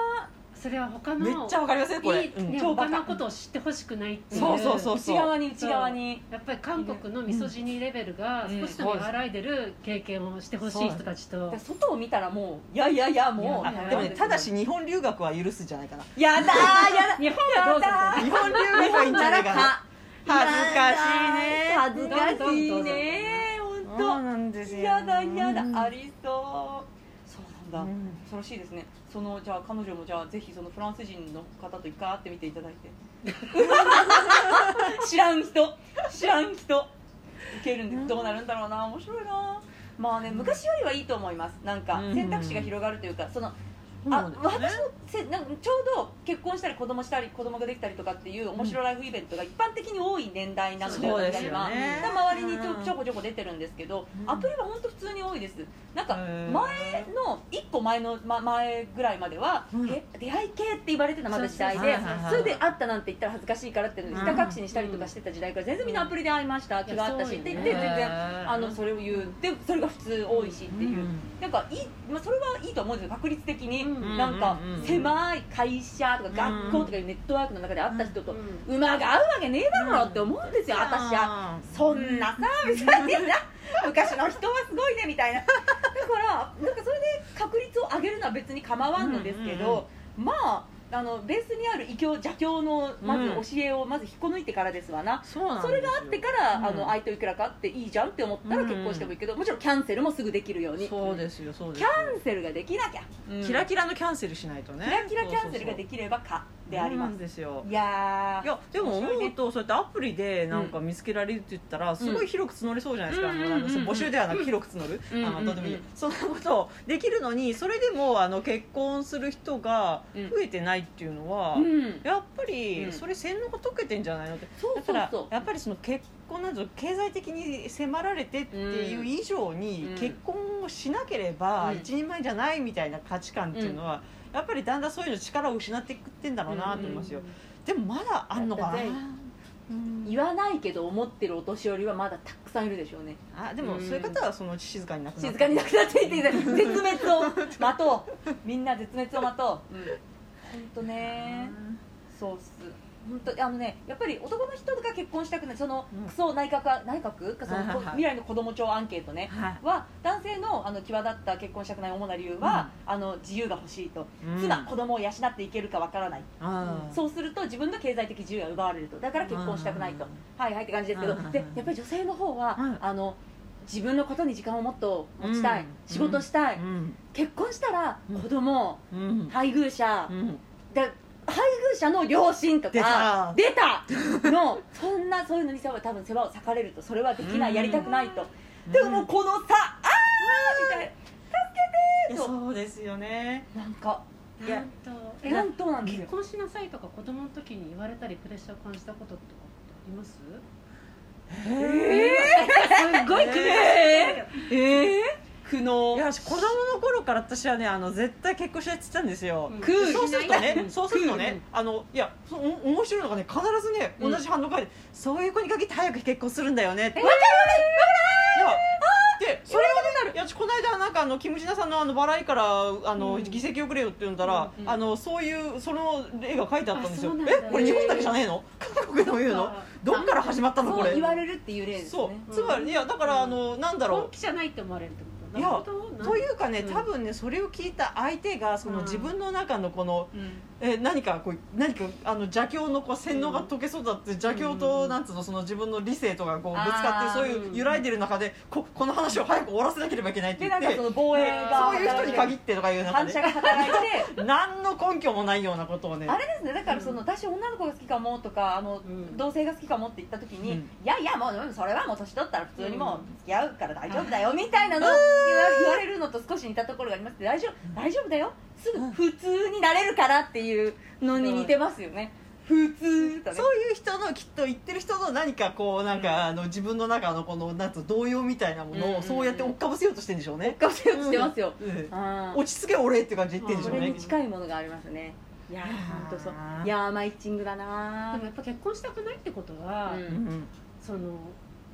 [SPEAKER 1] それは他の
[SPEAKER 2] めっちゃわかりませんこれ。
[SPEAKER 1] いい、
[SPEAKER 2] うん
[SPEAKER 1] ね、
[SPEAKER 3] 超バ
[SPEAKER 1] 他
[SPEAKER 3] カ
[SPEAKER 1] のことを知ってほしくないっていう
[SPEAKER 2] そうそうそう
[SPEAKER 3] 内側に内側に
[SPEAKER 1] やっぱり韓国のミソジニレベルが
[SPEAKER 2] うん
[SPEAKER 1] 少しでも和らいでる経験をしてほしい人たちと、
[SPEAKER 3] で外を見たらもういやいやいやもう
[SPEAKER 2] あ
[SPEAKER 1] いや
[SPEAKER 2] でもねただし日本留学は許すんじゃないかな。
[SPEAKER 3] やだーやだ
[SPEAKER 1] 日本はどうだ
[SPEAKER 2] 日本留学はいいんじゃないかな。恥ずかしいね。
[SPEAKER 3] 恥ずかしいね
[SPEAKER 2] そう
[SPEAKER 3] 本
[SPEAKER 2] なんです
[SPEAKER 3] 当
[SPEAKER 2] よ。
[SPEAKER 3] やだやだ、
[SPEAKER 2] うん
[SPEAKER 3] あ。りそうそう
[SPEAKER 2] う
[SPEAKER 3] なんだ、
[SPEAKER 2] ん
[SPEAKER 3] 恐ろしいですねそのじゃあ彼女もじゃあぜひそのフランス人の方と一回会ってみていただい て知らん人知らん人受けるんでどうなるんだろうな面白いなまあね昔よりはいいと思いますなんか
[SPEAKER 2] うん
[SPEAKER 3] 選択肢が広がるというかその
[SPEAKER 2] そ
[SPEAKER 3] あ
[SPEAKER 2] うですね
[SPEAKER 3] 私のせなんかちょうど結婚したり子供したり子供ができたりとかっていう面白いライフイベントが一般的に多い年代なので
[SPEAKER 2] そうで
[SPEAKER 3] 私
[SPEAKER 2] すよね
[SPEAKER 3] はだから周りにちょ
[SPEAKER 2] うん
[SPEAKER 3] ちょこちょこ出てるんですけど
[SPEAKER 2] うん
[SPEAKER 3] アプリは本当普通に多いですなんか
[SPEAKER 2] へー
[SPEAKER 3] 前の1個前の、ま、前ぐらいまでは、
[SPEAKER 2] うん
[SPEAKER 3] え出会い系って言われてたまだ時代
[SPEAKER 1] そう
[SPEAKER 3] で
[SPEAKER 1] そうそう
[SPEAKER 2] そう
[SPEAKER 3] それで会ったなんて言ったら恥ずかしいからっていうので
[SPEAKER 2] う
[SPEAKER 3] ひ
[SPEAKER 2] ん
[SPEAKER 3] た隠しにしたりとかしてた時代から全然みんなアプリで会いました気があったしって言って
[SPEAKER 1] い
[SPEAKER 3] 全
[SPEAKER 1] や
[SPEAKER 3] 然あ
[SPEAKER 2] あ
[SPEAKER 3] のそれを言うでそれが普通多いしっていう。なんかいい、まあ、それはいいと思うんですよ確率的に、
[SPEAKER 1] うん
[SPEAKER 3] なんか
[SPEAKER 2] うんうんうん
[SPEAKER 3] 狭い会社とか学校とかいうネットワークの中で会った人と馬が合うわけねえだろうって思うんですよ、私は
[SPEAKER 2] は
[SPEAKER 3] そんなさみたいな昔の人はすごいねみたいなだからなんかそれで確率を上げるのは別に構わんのですけど、まああのベースにある異教邪教のまず教えをまず引っこ抜いてからですわな、
[SPEAKER 2] そうなんですよ
[SPEAKER 3] それがあってから、
[SPEAKER 2] うん
[SPEAKER 3] あの相手いくらかあっていいじゃんって思ったら結婚してもいいけど、もちろんキャンセルもすぐできるように
[SPEAKER 2] そうですよそうです
[SPEAKER 3] キ
[SPEAKER 2] よ。
[SPEAKER 3] ャンセルができなきゃ、
[SPEAKER 2] キラキラのキャンセルしないとね。
[SPEAKER 3] キラキラキャンセルができればかでありま
[SPEAKER 2] そうな
[SPEAKER 3] す
[SPEAKER 2] ん。ですよ
[SPEAKER 3] いや
[SPEAKER 2] い
[SPEAKER 3] ー
[SPEAKER 2] やでも
[SPEAKER 3] 面
[SPEAKER 2] 思
[SPEAKER 3] 白いうね
[SPEAKER 2] とそうやってアプリでなんか見つけられるって言ったらすごい広く募りそうじゃないですか、
[SPEAKER 3] うん
[SPEAKER 2] あのなんかそう
[SPEAKER 3] うんうんうん
[SPEAKER 2] 募集ではなく広く募る、
[SPEAKER 1] うん
[SPEAKER 2] あのどうでもいい、
[SPEAKER 1] うんうん
[SPEAKER 2] そんなことできるのにそれでもあの結婚する人が
[SPEAKER 3] うん
[SPEAKER 2] 増えてないっていうのは、
[SPEAKER 3] うん、
[SPEAKER 2] やっ
[SPEAKER 3] う
[SPEAKER 2] ぱ
[SPEAKER 3] ん
[SPEAKER 2] りそれ洗脳が解けてんじゃないのって
[SPEAKER 3] そう
[SPEAKER 2] だか
[SPEAKER 3] そう
[SPEAKER 2] ら
[SPEAKER 3] そう
[SPEAKER 2] やっぱりその結婚など経済的に迫られてっていう以上に
[SPEAKER 3] うん
[SPEAKER 2] 結婚をしなければ
[SPEAKER 3] うん
[SPEAKER 2] 一人前じゃないみたいな価値観っていうのはやっぱりだんだんそういうの力を失っていくってんだろうなと思いますよ。でもまだあんのかな
[SPEAKER 3] だってね
[SPEAKER 2] うん
[SPEAKER 3] 言わないけど思ってるお年寄りはまだたくさんいるでしょうね
[SPEAKER 2] あでもそういう方はその静かになくな
[SPEAKER 3] 静
[SPEAKER 2] る
[SPEAKER 3] かになくなっていって絶滅を待とうみんな絶滅を待とう、うん、本当ねそうっす本当あのねやっぱり男の人が結婚したくないその、
[SPEAKER 2] うん
[SPEAKER 3] クソ内閣は内閣かその
[SPEAKER 2] はいはいはい
[SPEAKER 3] 未来の子供庁アンケートね
[SPEAKER 2] はい
[SPEAKER 3] は男性のあの際立った結婚したくない主な理由は、あの自由が欲しいと、つまり子供を養っていけるかわからない
[SPEAKER 2] あー
[SPEAKER 3] そうすると自分の経済的自由が奪われるとだから結婚したくないと
[SPEAKER 2] うん
[SPEAKER 3] はいはいって感じですけど
[SPEAKER 2] うん
[SPEAKER 3] でやっぱり女性の方は、
[SPEAKER 2] うん
[SPEAKER 3] あの自分のことに時間をもっと持ちたい、
[SPEAKER 2] うん
[SPEAKER 3] 仕事したい、
[SPEAKER 2] うん
[SPEAKER 3] 結婚したら
[SPEAKER 2] うん
[SPEAKER 3] 子供、
[SPEAKER 2] うん
[SPEAKER 3] 配偶者、
[SPEAKER 2] うん
[SPEAKER 3] で配偶者の両親と
[SPEAKER 2] 出
[SPEAKER 3] か
[SPEAKER 2] た
[SPEAKER 3] 出たのそんなそういうのに多分世話を裂かれるとそれはできない、
[SPEAKER 2] うん
[SPEAKER 3] やりたくないと、でももうこのさあーみたい
[SPEAKER 2] いやそうですよね
[SPEAKER 3] ななんか
[SPEAKER 1] うん
[SPEAKER 3] いや
[SPEAKER 1] なんとえ
[SPEAKER 3] なんとなんです
[SPEAKER 1] 結
[SPEAKER 3] よ
[SPEAKER 1] 婚しなさいとか子供の時に言われたりプレッシャーを感じたこととかあります
[SPEAKER 2] え
[SPEAKER 1] すごい苦
[SPEAKER 2] え
[SPEAKER 1] い
[SPEAKER 2] えええ
[SPEAKER 3] 苦
[SPEAKER 2] いや
[SPEAKER 3] 悩
[SPEAKER 2] 私子供の頃から私はねあの絶対結婚しないって言ってたんですよ、
[SPEAKER 1] うん
[SPEAKER 2] で
[SPEAKER 1] 食う
[SPEAKER 2] そうすると
[SPEAKER 1] しな
[SPEAKER 2] ね
[SPEAKER 1] い
[SPEAKER 2] そうするとねあのいやそうお面白いのがね必ずね
[SPEAKER 3] うん
[SPEAKER 2] 同じ反応が返って、そういう子に限って早く結婚するんだよねって、
[SPEAKER 3] わか
[SPEAKER 2] いやでそれはねいや私この間なんかあのキム・ジナさんのあの笑いからあの、
[SPEAKER 1] うん
[SPEAKER 2] 議席をくれよって言うんだら、
[SPEAKER 1] うんうん
[SPEAKER 2] あのそういうその例が書いてあったんですよ
[SPEAKER 1] あそうなんだ
[SPEAKER 2] えこれ日本だけじゃねえの韓国でも言うのどっから始まったのこ
[SPEAKER 3] そう
[SPEAKER 2] れ
[SPEAKER 3] 言われるっていう例です
[SPEAKER 2] そ
[SPEAKER 3] よ
[SPEAKER 2] う
[SPEAKER 3] ね
[SPEAKER 1] うん
[SPEAKER 2] つまりいやだからあの、なんだろう
[SPEAKER 1] 本気じゃないって思われるってこと
[SPEAKER 2] いや
[SPEAKER 1] なるほど
[SPEAKER 2] というかね
[SPEAKER 1] うん
[SPEAKER 2] 多分ねそれを聞いた相手がその
[SPEAKER 1] うん
[SPEAKER 2] 自分の中のこの、
[SPEAKER 3] うん
[SPEAKER 2] え何かこう何かあの邪教のこう洗脳が解けそうだって邪教と、
[SPEAKER 1] うん
[SPEAKER 2] なんつうのその自分の理性とかこうぶつ
[SPEAKER 3] あ
[SPEAKER 2] か
[SPEAKER 3] ー
[SPEAKER 2] ってそういう揺らいでる中でここの話を早く終わらせなければいけないっ
[SPEAKER 3] で
[SPEAKER 2] て言
[SPEAKER 3] なん
[SPEAKER 2] って
[SPEAKER 3] かその防衛が
[SPEAKER 2] そういう人に限
[SPEAKER 3] っ
[SPEAKER 2] ってとかい
[SPEAKER 3] て
[SPEAKER 2] う中
[SPEAKER 3] 反射
[SPEAKER 2] で
[SPEAKER 3] が働い て
[SPEAKER 2] 何の根拠もないようなことをね
[SPEAKER 3] あれですねだからその私女の子が好きかもとかあの、
[SPEAKER 1] うん
[SPEAKER 3] 同性が好きかもって言った時に、
[SPEAKER 2] うん
[SPEAKER 3] いやいやもうでもそれはもう年取ったら普通に
[SPEAKER 1] う
[SPEAKER 3] もう付き合うから大丈夫だよみたいなのを言われるのと少し似たところがありますけど大丈夫大丈夫だよすぐ普通になれるからっていうのに似てますよね普通とね
[SPEAKER 2] そういう人のきっと言ってる人の何かこうなんか、あの自分の中のこのなんつうの動揺みたいなも
[SPEAKER 3] うんうん
[SPEAKER 2] の
[SPEAKER 3] うん
[SPEAKER 2] をそうやって追っかぶせようとしてんでしょうね、
[SPEAKER 3] ガセガセしてますよ、
[SPEAKER 2] うん
[SPEAKER 3] あー
[SPEAKER 2] 落ち着け俺って感じで言ってんでし
[SPEAKER 3] そ
[SPEAKER 2] ょう
[SPEAKER 3] れ
[SPEAKER 2] ね
[SPEAKER 3] に近いものがありますねいやー本当そういやーマイチングだな
[SPEAKER 1] でもやっぱ結婚したくないってことは、
[SPEAKER 3] うん
[SPEAKER 2] うん
[SPEAKER 1] その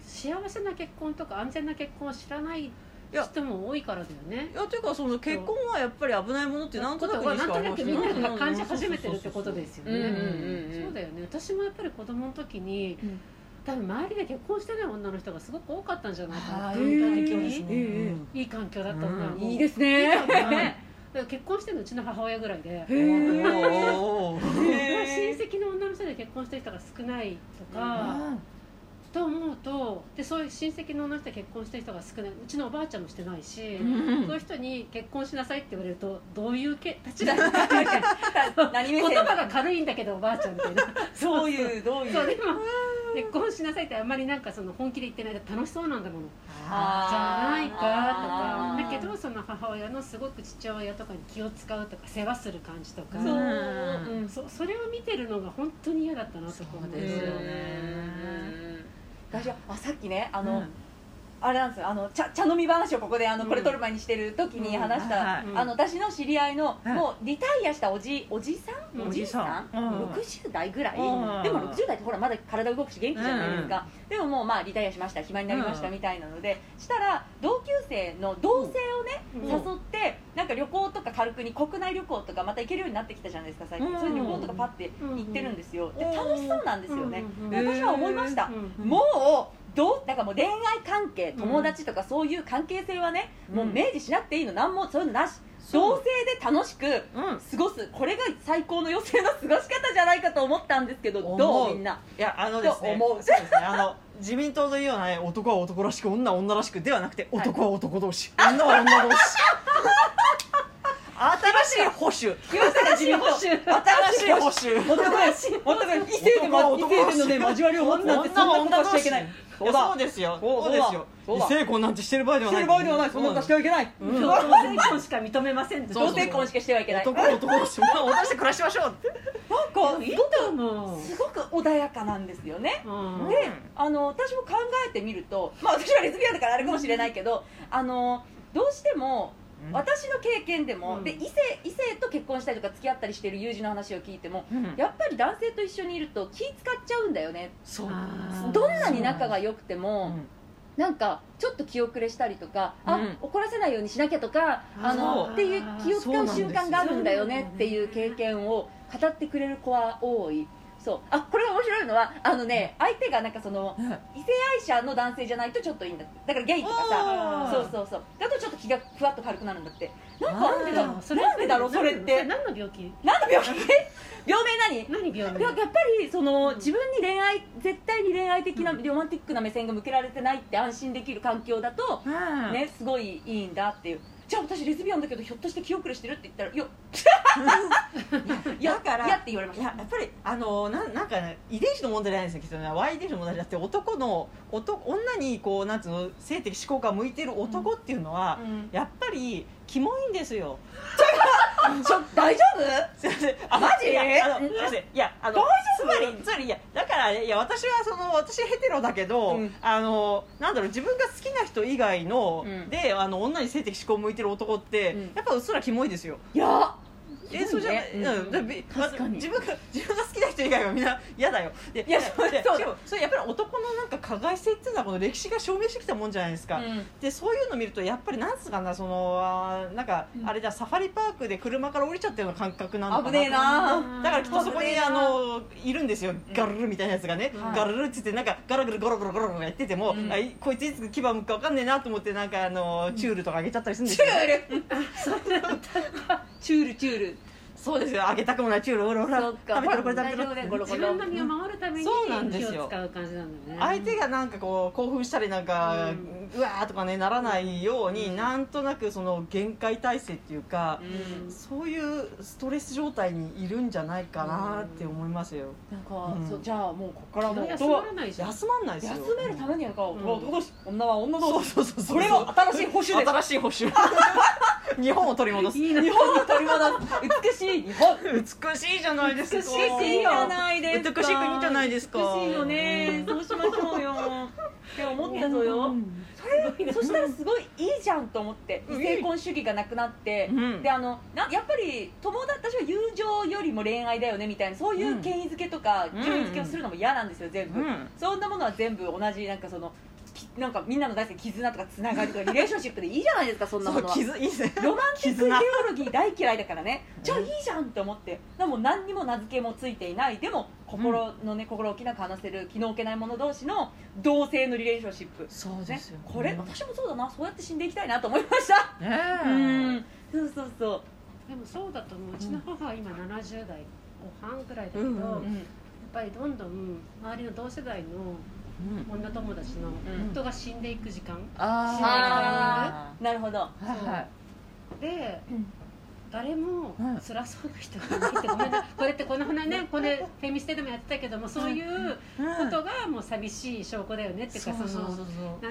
[SPEAKER 1] 幸せな結婚とか安全な結婚を知らない
[SPEAKER 2] や
[SPEAKER 1] 人も多いからだよね
[SPEAKER 2] いやていうかその結婚はやっぱり危ないものってなんとなく
[SPEAKER 1] なんとなくみんなが感じ始めてるってことですすよ
[SPEAKER 3] うんうん
[SPEAKER 1] ね
[SPEAKER 3] うんうん
[SPEAKER 1] そうだよね私もやっぱり子供の時に、
[SPEAKER 3] うん
[SPEAKER 1] 多分周りで結婚してない女の人がすごく多かったんじゃないかな
[SPEAKER 2] ああ
[SPEAKER 1] 文化的
[SPEAKER 3] へ
[SPEAKER 1] に
[SPEAKER 3] え
[SPEAKER 1] いい環境だった女の子、
[SPEAKER 3] いいです
[SPEAKER 1] いい
[SPEAKER 3] ね
[SPEAKER 1] 環境ねだから結婚してるのうちの母親ぐらいで
[SPEAKER 3] へー
[SPEAKER 1] 親戚の女の人で結婚してる人が少ないとか、と思うとでそういう親戚の女の人で結婚してる人が少ないうちのおばあちゃんもしてないし、そういう人に結婚しなさいって言われるとどういうけ立ちだろうっていうか
[SPEAKER 3] 何目
[SPEAKER 1] 言
[SPEAKER 3] 線
[SPEAKER 1] 葉が軽いんだけどおばあちゃんみたいな
[SPEAKER 3] どういうどういう
[SPEAKER 1] そうでも結婚しなさいってあんまりなんかその本気で言ってないと楽しそうなんだものじゃないかと
[SPEAKER 3] あ
[SPEAKER 1] か
[SPEAKER 3] ー
[SPEAKER 1] だけどその母親のすごく父親とかに気を使うとか世話する感じとか
[SPEAKER 3] そう、
[SPEAKER 2] う
[SPEAKER 3] う
[SPEAKER 2] ん
[SPEAKER 3] ん
[SPEAKER 1] そそれを見てるのが本当に嫌だったなとか思うん
[SPEAKER 2] そうですよね
[SPEAKER 3] 私はあさっきねあの、あれなんですよあの茶茶飲み話をここであのこれ撮る前にしてる時に話した、
[SPEAKER 2] うん
[SPEAKER 1] うん
[SPEAKER 3] あの私の知り合いの、
[SPEAKER 2] うん
[SPEAKER 3] もうリタイアしたおじおじさん
[SPEAKER 1] うん
[SPEAKER 3] おじいさん、
[SPEAKER 2] おじいさんうん
[SPEAKER 3] 60代ぐらい、
[SPEAKER 2] うん
[SPEAKER 3] でも60代ってほらまだ体動くし元気じゃないですか、でももうまあリタイアしました暇になりました
[SPEAKER 2] うん
[SPEAKER 3] みたいなので、したら同級生の同性をね、
[SPEAKER 1] うん
[SPEAKER 3] 誘ってなんか旅行とか軽くに国内旅行とかまた行けるようになってきたじゃないですか最近、
[SPEAKER 2] うん
[SPEAKER 3] そういう旅行とかパッて行ってるんですよ、で
[SPEAKER 2] うん
[SPEAKER 3] 楽しそうなんですよね、
[SPEAKER 1] うん
[SPEAKER 3] で私は思いました、
[SPEAKER 1] うん
[SPEAKER 3] もうどうなんかもう恋愛関係友達とかそういう関係性はね、
[SPEAKER 2] うん
[SPEAKER 3] もう明示しなくていいの何もそういうのなし同性で楽しく過ごすこれが最高の余生の過ごし方じゃないかと思ったんですけどど
[SPEAKER 2] 思
[SPEAKER 3] う
[SPEAKER 2] う
[SPEAKER 3] みんない
[SPEAKER 2] やあのですね
[SPEAKER 3] と思
[SPEAKER 2] そううですねあの自民党の言うようなね男は男らしく女は女らしくではなくて男は男同士女は女同士新しい保守
[SPEAKER 3] 清坂自民党
[SPEAKER 1] 新しい保
[SPEAKER 2] 新しい保守
[SPEAKER 3] 男や男や異性でも異
[SPEAKER 2] 男は
[SPEAKER 3] 性でのね交わりを持つなんてそんなことはしちゃいけない
[SPEAKER 2] いやそうですよ
[SPEAKER 3] そうだ
[SPEAKER 2] そうですよ
[SPEAKER 3] そう
[SPEAKER 2] 異
[SPEAKER 3] だ
[SPEAKER 2] 性婚なんてしてる場合では
[SPEAKER 3] して
[SPEAKER 2] ない
[SPEAKER 3] る場合ではないそんなことはしてはいけない
[SPEAKER 2] う
[SPEAKER 1] 同
[SPEAKER 2] ん
[SPEAKER 1] 性婚しか認めませんって
[SPEAKER 2] そう
[SPEAKER 3] 同
[SPEAKER 2] そう
[SPEAKER 3] 性婚しかしてはいけないなん
[SPEAKER 2] 男
[SPEAKER 3] か
[SPEAKER 2] は男をして男して暮らしましょうって
[SPEAKER 1] いい
[SPEAKER 3] す
[SPEAKER 1] と思う、
[SPEAKER 3] ごく穏やかなんですよね
[SPEAKER 1] うん
[SPEAKER 3] であの私も考えてみると、まあ、私はレズビアンだからあれかもしれないけどあのどうしても私の経験でも、
[SPEAKER 1] うん
[SPEAKER 3] で異性異性と結婚したりとか付き合ったりしてる友人の話を聞いても
[SPEAKER 2] うん
[SPEAKER 3] やっぱり男性と一緒にいると気使っちゃうんだよね
[SPEAKER 2] そう
[SPEAKER 1] あー
[SPEAKER 3] どんなに仲が良くて
[SPEAKER 2] う
[SPEAKER 3] も
[SPEAKER 2] ん
[SPEAKER 3] なんかちょっと気遅れしたりとか、あ
[SPEAKER 2] うん
[SPEAKER 3] 怒らせないようにしなきゃとかあの
[SPEAKER 1] そう
[SPEAKER 3] っていう気を
[SPEAKER 2] そ
[SPEAKER 3] 使
[SPEAKER 2] うな
[SPEAKER 3] う
[SPEAKER 2] んですよ
[SPEAKER 3] 瞬間があるんだよねっていう経験を語ってくれる子は多いそうあこれが面白いのはあのね相手がなんかその
[SPEAKER 2] うん
[SPEAKER 3] 異性愛者の男性じゃないとちょっといいんだってだからゲイとか
[SPEAKER 2] あ
[SPEAKER 3] さ
[SPEAKER 2] ー
[SPEAKER 3] そうそうそうだとちょっと気がふわっと軽くなるんだってなんかなんでだろ
[SPEAKER 1] あー
[SPEAKER 3] うなんでだろうそれって
[SPEAKER 1] 何の病気
[SPEAKER 3] なんで病気 病名何
[SPEAKER 1] 何病
[SPEAKER 3] いややっ
[SPEAKER 1] 気
[SPEAKER 3] ぱりその自分に恋愛絶対に恋愛的なロマンティックな目線が向けられてないって安心できる環境だと、ねすごいいいんだっていうじゃあ私レズビアンだけどひょっとして気遅れしてるって言ったら「よ
[SPEAKER 2] いやだか
[SPEAKER 3] っ
[SPEAKER 2] ら
[SPEAKER 3] いや」っ
[SPEAKER 2] や
[SPEAKER 3] て言われました
[SPEAKER 2] やっぱりあのなんなんかね遺伝子の問題じゃないんですよきっとね Y 遺伝子の問題じゃなくて男の男女にこうなんつうの性的思考が向いてる男っていうのは、
[SPEAKER 3] うん
[SPEAKER 2] やっぱりキモいんですよ。
[SPEAKER 3] ちょ大丈夫
[SPEAKER 2] すいませんあ
[SPEAKER 3] マジ
[SPEAKER 2] いやあのすいませんいやあの
[SPEAKER 3] 大丈
[SPEAKER 2] つまりつまりいやだからいや私はその私ヘテロだけど、
[SPEAKER 3] うん
[SPEAKER 2] あのなんだろう自分が好きな人以外の、
[SPEAKER 3] うん
[SPEAKER 2] であの女に性的思考向いてる男って、
[SPEAKER 3] うん
[SPEAKER 2] やっぱうっすらキモいですよ。
[SPEAKER 3] いや
[SPEAKER 2] えそうじゃない、うんだび
[SPEAKER 3] 確かに
[SPEAKER 2] まず自分が自分が好きな人以外はみんな嫌だよで
[SPEAKER 3] いやそう
[SPEAKER 2] で
[SPEAKER 3] そう
[SPEAKER 2] しかもそれやっぱり男のなんか加害性っていうのはこの歴史が証明してきたもんじゃないですか、でそういうの見るとやっぱりなんつうかなそのあーなんか、
[SPEAKER 3] うん
[SPEAKER 2] あれだサファリパークで車から降りちゃったような感覚なのか
[SPEAKER 3] 危
[SPEAKER 2] な
[SPEAKER 3] ねえな
[SPEAKER 2] だからきっとそこ
[SPEAKER 3] 危ねえ
[SPEAKER 2] に
[SPEAKER 3] な
[SPEAKER 2] あのいるんですよガルルみたいなやつがね、
[SPEAKER 1] はい
[SPEAKER 2] ガルルって言ってなんかガラガラゴロゴロゴロゴロやってても、
[SPEAKER 3] うん
[SPEAKER 2] あいこいついつ牙むくかわかんねえなと思ってなんかあのチュールとかあげちゃったりするんです
[SPEAKER 3] チ
[SPEAKER 2] よ、
[SPEAKER 3] ュールチュールチュール
[SPEAKER 2] そうですよあげたくもないチュールほらほら
[SPEAKER 3] そ
[SPEAKER 2] 食
[SPEAKER 3] っ
[SPEAKER 2] べ
[SPEAKER 3] か
[SPEAKER 2] てるこれ食べて
[SPEAKER 3] 大丈夫だよゴ
[SPEAKER 2] る
[SPEAKER 3] ロ
[SPEAKER 1] 自分の身を守るために
[SPEAKER 2] そうなんで
[SPEAKER 1] 気
[SPEAKER 2] す
[SPEAKER 1] を
[SPEAKER 2] よ
[SPEAKER 1] 使う感じなんだよね
[SPEAKER 2] 相手がなんかこう興奮したりなんか、うわーとかねならないように、
[SPEAKER 3] うん
[SPEAKER 2] なんとなくその限界体制っていうか、
[SPEAKER 3] うん
[SPEAKER 2] そういうストレス状態にいるんじゃないかなって思いますよ、
[SPEAKER 3] なんか、
[SPEAKER 2] うん
[SPEAKER 3] そうじゃあもうここからもう
[SPEAKER 1] 休まらないじゃん
[SPEAKER 2] 休まんないですよ
[SPEAKER 3] 休めるためになんか、
[SPEAKER 1] ん
[SPEAKER 3] 男は男同士女は女
[SPEAKER 2] そ
[SPEAKER 3] 同
[SPEAKER 2] う
[SPEAKER 3] 士
[SPEAKER 2] そうそうそう
[SPEAKER 3] それも新しい保守です
[SPEAKER 2] 新しい保守日本を取り戻す
[SPEAKER 1] いいな
[SPEAKER 3] 日本を取り戻す美しい日本
[SPEAKER 2] 美しいじゃないですか
[SPEAKER 3] 美しい国じゃないですか
[SPEAKER 2] 美しい国じゃないですか
[SPEAKER 3] 美しいよねそうしましょ うよって思ったのよそれそしたらすごいいいじゃんと思って異
[SPEAKER 2] うん
[SPEAKER 3] 性婚主義がなくなって、
[SPEAKER 2] うん
[SPEAKER 3] であのなやっぱり友達私は友情よりも恋愛だよねみたいなそういう権威づけとか
[SPEAKER 2] うん
[SPEAKER 3] 順位づけをするのも嫌なんですよ全部、
[SPEAKER 2] うん
[SPEAKER 3] そんなものは全部同じなんかそのきなんかみんなの大好きな絆と かつながりとかリレーションシップでいいじゃないですかそんなも
[SPEAKER 2] そう
[SPEAKER 3] のは
[SPEAKER 2] 傷いいですね
[SPEAKER 3] ロマンティックイデ
[SPEAKER 2] 絆
[SPEAKER 3] オロギー大嫌いだからね
[SPEAKER 2] ん
[SPEAKER 3] じゃあいいじゃんと思ってでも何にも名付けもついていないでも心のね心置きなく話せる気の置けない者同士の同性のリレーションシップ
[SPEAKER 2] そう
[SPEAKER 3] ね
[SPEAKER 2] ですよ、
[SPEAKER 3] これ私もそうだなそうやって死んでいきたいなと思いました
[SPEAKER 2] ねえ
[SPEAKER 3] うんそうそうそう
[SPEAKER 1] でもそうだと思ううちの母は今70代後半ぐらいだけど、
[SPEAKER 2] うんうん
[SPEAKER 1] やっ
[SPEAKER 3] うん
[SPEAKER 1] ぱりどんどん周りの同世代の
[SPEAKER 2] うん
[SPEAKER 1] 女友達の
[SPEAKER 3] うん
[SPEAKER 1] 人が死んでいく時間
[SPEAKER 2] あ
[SPEAKER 3] なるほど
[SPEAKER 2] あはいはい
[SPEAKER 1] で
[SPEAKER 3] うん
[SPEAKER 1] 誰も
[SPEAKER 2] うん
[SPEAKER 1] 辛そうな人がいないってごめん なこれってこの話ねこれフェミステでもやってたけどもそういうことがもう寂しい証拠だよねっていうかそのなん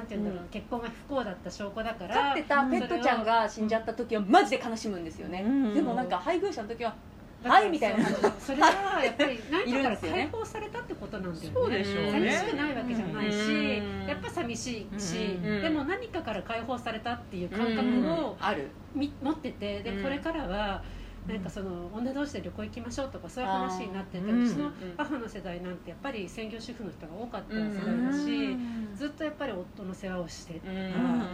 [SPEAKER 1] て言うんだろう、
[SPEAKER 3] うん
[SPEAKER 1] 結婚が不幸だった証拠だから
[SPEAKER 3] 飼ってたペットちゃんが死んじゃった時はマジで悲しむんですよね
[SPEAKER 2] うん
[SPEAKER 3] でもなんか配偶者の時ははいみたいな感じ
[SPEAKER 1] それはやっぱり何
[SPEAKER 3] い
[SPEAKER 1] かから
[SPEAKER 3] るんですよね
[SPEAKER 1] 解放されたってことなんだよね
[SPEAKER 2] そうでしょう
[SPEAKER 1] 寂
[SPEAKER 2] ね
[SPEAKER 1] しくないわけじゃないし、
[SPEAKER 3] うん
[SPEAKER 1] やっぱ寂しいし、
[SPEAKER 3] うん
[SPEAKER 1] でも何かから解放されたっていう感覚を
[SPEAKER 3] ある
[SPEAKER 1] み持っててで
[SPEAKER 3] うん
[SPEAKER 1] これからは
[SPEAKER 2] うん
[SPEAKER 1] なんかその女同士で旅行行きましょうとかそういう話になってて
[SPEAKER 2] あー
[SPEAKER 1] うち
[SPEAKER 2] う
[SPEAKER 1] の
[SPEAKER 2] ん
[SPEAKER 1] 母の世代なんてやっぱり専業主婦の人が多かった
[SPEAKER 3] うん
[SPEAKER 1] 世代だし、ずっとやっぱり夫の世話をして
[SPEAKER 3] うん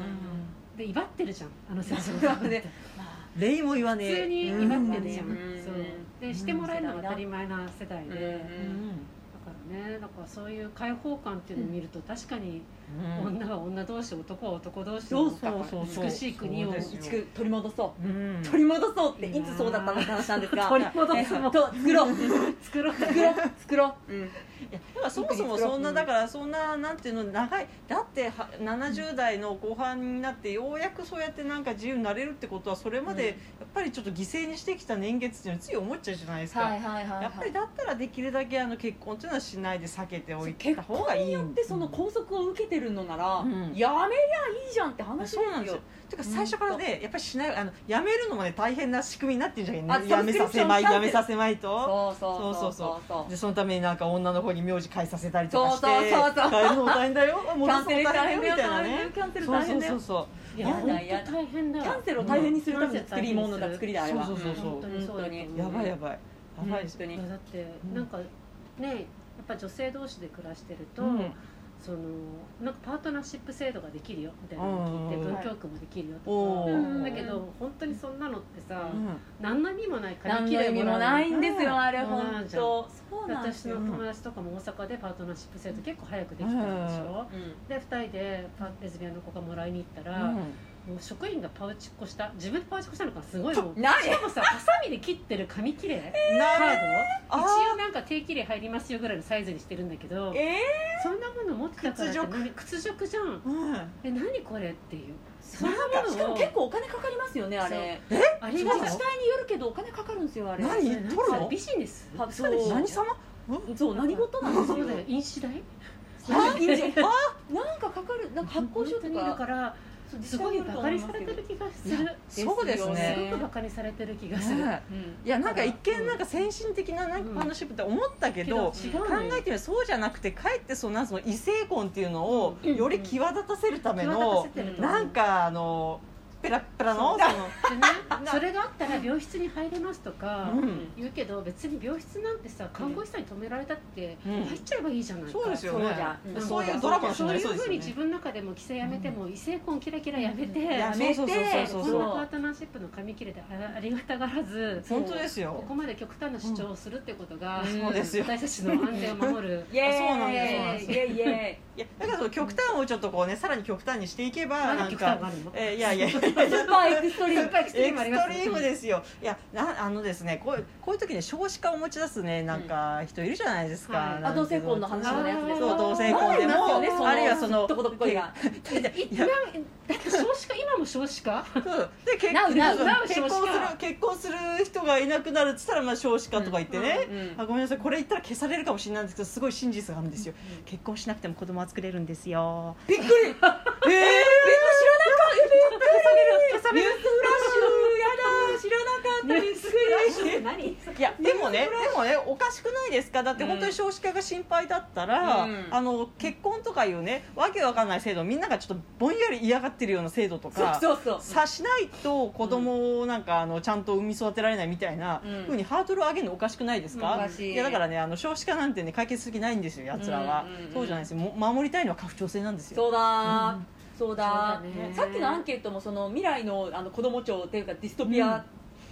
[SPEAKER 1] で威張ってるじゃんあの世話を
[SPEAKER 3] そうだね
[SPEAKER 2] 礼も言わねえ
[SPEAKER 1] 普通に威張ってるじゃん、
[SPEAKER 3] うん
[SPEAKER 1] そうでしてもらえるのが当たり前な世代で、
[SPEAKER 3] うん
[SPEAKER 1] だからねだからそういう開放感っていうのを見ると確かに女は女同士男は男同士の
[SPEAKER 2] そうそうそう
[SPEAKER 1] 美しい国を
[SPEAKER 2] そうですよ
[SPEAKER 3] 地区取り戻そう
[SPEAKER 2] うん
[SPEAKER 3] 取り戻そうっていつそうだったのって話なんですが
[SPEAKER 1] 取り戻すも
[SPEAKER 3] えと作ろう
[SPEAKER 1] 作ろう
[SPEAKER 3] 作ろう作ろう、うん
[SPEAKER 2] いやだからそもそもそんなだからそんななんていうの長いだっては70代の後半になってようやくそうやってなんか自由になれるってことはそれまで
[SPEAKER 3] うん
[SPEAKER 2] やっぱりちょっと犠牲にしてきた年月っていうのはつい思っちゃうじゃないですか、
[SPEAKER 3] はいはいはい、はい、
[SPEAKER 2] やっぱりだったらできるだけあの結婚っていうのはしないで避けておい
[SPEAKER 3] 結
[SPEAKER 2] た方が
[SPEAKER 3] 婚
[SPEAKER 2] い
[SPEAKER 3] に
[SPEAKER 2] い
[SPEAKER 3] よってその拘束を受けてるのなら、
[SPEAKER 2] うん
[SPEAKER 3] やめりゃいいじゃんって話です
[SPEAKER 2] そうなんです
[SPEAKER 3] よ
[SPEAKER 2] よ。てか最初からねやっぱりしないあのやめるのもね大変な仕組みになってるじゃん
[SPEAKER 3] あ
[SPEAKER 2] やめさせまい
[SPEAKER 3] サブスクリプション
[SPEAKER 2] やめさせまいと
[SPEAKER 3] そうそうそうそうそう
[SPEAKER 2] でそのためになんか女の方に名字変えさせたりとかして
[SPEAKER 3] そうそうそうそう
[SPEAKER 2] 変えるのも大変だよ
[SPEAKER 3] キ
[SPEAKER 2] 戻
[SPEAKER 3] ャン
[SPEAKER 2] すのも
[SPEAKER 3] セル
[SPEAKER 2] 大
[SPEAKER 3] 大変だ
[SPEAKER 2] 変み
[SPEAKER 3] よ
[SPEAKER 2] たい
[SPEAKER 3] 大変
[SPEAKER 2] な
[SPEAKER 3] だよ
[SPEAKER 2] ね
[SPEAKER 3] キャンセル
[SPEAKER 2] そう
[SPEAKER 3] 大
[SPEAKER 2] そ
[SPEAKER 3] 変だ
[SPEAKER 2] うそう
[SPEAKER 3] よ
[SPEAKER 2] そう
[SPEAKER 1] いや
[SPEAKER 3] や
[SPEAKER 1] 本
[SPEAKER 3] だや
[SPEAKER 1] 当
[SPEAKER 3] だ
[SPEAKER 1] 大変だ
[SPEAKER 3] キャンセルを大変にするための作り物だ作りだあれは
[SPEAKER 2] そうそうそう
[SPEAKER 1] 本当にそうだと思
[SPEAKER 3] う
[SPEAKER 1] う
[SPEAKER 2] やばいやばいやばいです
[SPEAKER 3] 本当
[SPEAKER 1] い
[SPEAKER 3] に
[SPEAKER 1] やだってなんかねやっぱ女性同士で暮らしてると、
[SPEAKER 2] うん
[SPEAKER 1] そのなんかパートナーシップ制度ができるよみたいなのを聞いて
[SPEAKER 2] うんうんうん
[SPEAKER 1] 文京区もできるよと
[SPEAKER 2] お
[SPEAKER 1] か、
[SPEAKER 2] ー
[SPEAKER 1] だけど本当にそんなのってさ、
[SPEAKER 2] うん
[SPEAKER 1] 何の意味もないから
[SPEAKER 3] 何の意味もないんです
[SPEAKER 2] う
[SPEAKER 3] よ
[SPEAKER 2] ん
[SPEAKER 3] あれ
[SPEAKER 1] うん
[SPEAKER 3] 本当そうなんで
[SPEAKER 1] 私
[SPEAKER 3] す
[SPEAKER 1] の
[SPEAKER 3] よ、
[SPEAKER 1] 友達とかも大阪でパートナーシップ制度結構早くできたんでしょ、
[SPEAKER 3] うん
[SPEAKER 1] で2人でパレズビアンの子がもらいに行ったら、もう職員がパウチっこした自分でパウチっこしたのかすごいもう
[SPEAKER 3] ない
[SPEAKER 1] しかもさハサミで切ってる紙切れ、カ
[SPEAKER 2] な
[SPEAKER 1] ー
[SPEAKER 2] る
[SPEAKER 1] ド
[SPEAKER 2] あー
[SPEAKER 1] 一応なんか定期入れ入りますよぐらいのサイズにしてるんだけど
[SPEAKER 3] え
[SPEAKER 1] そんなもの持ってたからって何屈辱じゃん
[SPEAKER 2] うん
[SPEAKER 1] え何これっていうそ
[SPEAKER 3] ー、
[SPEAKER 1] んなものを
[SPEAKER 3] しかも結構お金かかりますよねあれ
[SPEAKER 1] あ
[SPEAKER 3] 自
[SPEAKER 1] れ
[SPEAKER 3] 治
[SPEAKER 1] が
[SPEAKER 2] そうなの
[SPEAKER 3] 体によるけどお金かかるんですよあれ
[SPEAKER 2] 何取るの
[SPEAKER 1] ビジネス
[SPEAKER 3] は
[SPEAKER 1] そう
[SPEAKER 3] そう
[SPEAKER 2] 何様
[SPEAKER 3] そう何事なんです
[SPEAKER 1] そ
[SPEAKER 3] よ
[SPEAKER 1] うだよ飲酒代
[SPEAKER 3] なんかなんかかかるなんか発酵
[SPEAKER 1] 本
[SPEAKER 3] 所
[SPEAKER 1] 当
[SPEAKER 3] と
[SPEAKER 1] にだか
[SPEAKER 3] からそう
[SPEAKER 1] すごいバカにされて
[SPEAKER 3] 自治体によ
[SPEAKER 1] る気がす
[SPEAKER 2] い
[SPEAKER 1] る
[SPEAKER 2] やそうで
[SPEAKER 3] で
[SPEAKER 2] す
[SPEAKER 3] すよ
[SPEAKER 2] ね
[SPEAKER 1] すごくバカにされてる気がする
[SPEAKER 2] ねいやなんか一見なんか先進的ななん
[SPEAKER 1] う
[SPEAKER 2] か
[SPEAKER 1] ん
[SPEAKER 2] パートナーシップって思ったけ
[SPEAKER 1] けど
[SPEAKER 2] ど
[SPEAKER 1] 違
[SPEAKER 2] 考
[SPEAKER 1] うのよ
[SPEAKER 2] えてみればそうじゃなくてかえってそのなんかその異性婚っていうのを
[SPEAKER 1] うん
[SPEAKER 2] より際立たせるための
[SPEAKER 1] 際立たせてると思う
[SPEAKER 2] なんかあのペラッペラの
[SPEAKER 1] そう
[SPEAKER 2] その
[SPEAKER 1] でねそれがあったら病室に入れますとか
[SPEAKER 2] うん
[SPEAKER 1] 言うけど別に病室なんてさ看護師さんに止められたって
[SPEAKER 2] うん
[SPEAKER 1] 入っちゃえばいいじゃないか
[SPEAKER 2] そうですよ
[SPEAKER 3] そうじゃ
[SPEAKER 2] ね
[SPEAKER 3] ん
[SPEAKER 1] うん
[SPEAKER 2] そういうドラマのし
[SPEAKER 1] そう
[SPEAKER 2] ないいうそうで
[SPEAKER 1] ふう
[SPEAKER 2] すよ
[SPEAKER 1] に
[SPEAKER 2] ね
[SPEAKER 1] 自分の中でも規制やめても異性婚キラキラやめて
[SPEAKER 3] うん
[SPEAKER 1] や
[SPEAKER 3] や
[SPEAKER 1] め
[SPEAKER 3] めて
[SPEAKER 2] そうそうそ
[SPEAKER 1] て
[SPEAKER 2] うそ
[SPEAKER 1] こ
[SPEAKER 2] うん
[SPEAKER 1] な
[SPEAKER 2] そ
[SPEAKER 1] パートナーシップの紙切れであありがたがらず
[SPEAKER 2] う本当です
[SPEAKER 1] こ
[SPEAKER 2] よ
[SPEAKER 1] こまで極端な主張をするってことが
[SPEAKER 3] うん
[SPEAKER 2] そうですよ
[SPEAKER 1] 私たちの安全を守る
[SPEAKER 3] イエーイ
[SPEAKER 2] あそうなんですそうなんです
[SPEAKER 3] イエーイイエ
[SPEAKER 2] いやだからその極端をちょっとこうねさらに極端にしていけば
[SPEAKER 1] ま
[SPEAKER 2] な
[SPEAKER 1] だ
[SPEAKER 2] ん
[SPEAKER 1] 極端
[SPEAKER 2] か
[SPEAKER 1] があるの
[SPEAKER 2] えーいや いやいや
[SPEAKER 3] ーイスーパーエクストリーム
[SPEAKER 1] スーパーエクストリ
[SPEAKER 2] エ
[SPEAKER 1] ーム
[SPEAKER 2] ク
[SPEAKER 1] あり
[SPEAKER 2] ス
[SPEAKER 1] ます
[SPEAKER 2] トリームですよ。いや、なあのですね、こうこういう時に少子化を持ち出すね、なんか人いるじゃ ないです
[SPEAKER 1] はい
[SPEAKER 2] か。
[SPEAKER 3] あ同性婚の話のやつです
[SPEAKER 2] そう同性婚でも、
[SPEAKER 1] ねその
[SPEAKER 2] あるいはその
[SPEAKER 3] どこどっこいが
[SPEAKER 1] いなだって少子化今も少子化
[SPEAKER 2] うんで結
[SPEAKER 3] なうなう
[SPEAKER 1] なう
[SPEAKER 2] 結婚
[SPEAKER 1] 少
[SPEAKER 2] す
[SPEAKER 1] 子
[SPEAKER 2] る
[SPEAKER 1] 化
[SPEAKER 2] 結婚する人がいなくなるっつったらまあ少子化とか言ってね。
[SPEAKER 3] うん
[SPEAKER 2] あごめんなさいこれ言ったら消されるかもしれないんですけどすごい真実があるんですよ結婚しなくても子供は作れるんですよびっくり えー、知らなかった消される消される
[SPEAKER 3] ラッシュやだ知らなかったびっくり
[SPEAKER 1] 何
[SPEAKER 2] いやでもねでもねおかしくないですかだって本当に少子化が心配だったら、
[SPEAKER 3] うん
[SPEAKER 2] あの結婚とかいうねわけわかんない制度みんながちょっとぼんやり嫌がってるような制度とか
[SPEAKER 3] そうそうそう
[SPEAKER 2] さしないと子供をなんかあのちゃんと産み育てられないみたいな
[SPEAKER 3] うん
[SPEAKER 2] ふうにハードルを上げるのおかしくないです
[SPEAKER 3] お
[SPEAKER 2] か
[SPEAKER 3] か、しい
[SPEAKER 2] やだからねあの少子化なんてね解決する気ないんですよやつらは、
[SPEAKER 3] うんうんうん
[SPEAKER 2] そうじゃないですよも守りたいのは家父長制なんですよ
[SPEAKER 3] そうだーそ
[SPEAKER 1] そ
[SPEAKER 3] うだ
[SPEAKER 1] うだね
[SPEAKER 3] ーさっきのアンケートもその未来のあの子供庁っていうかディストピア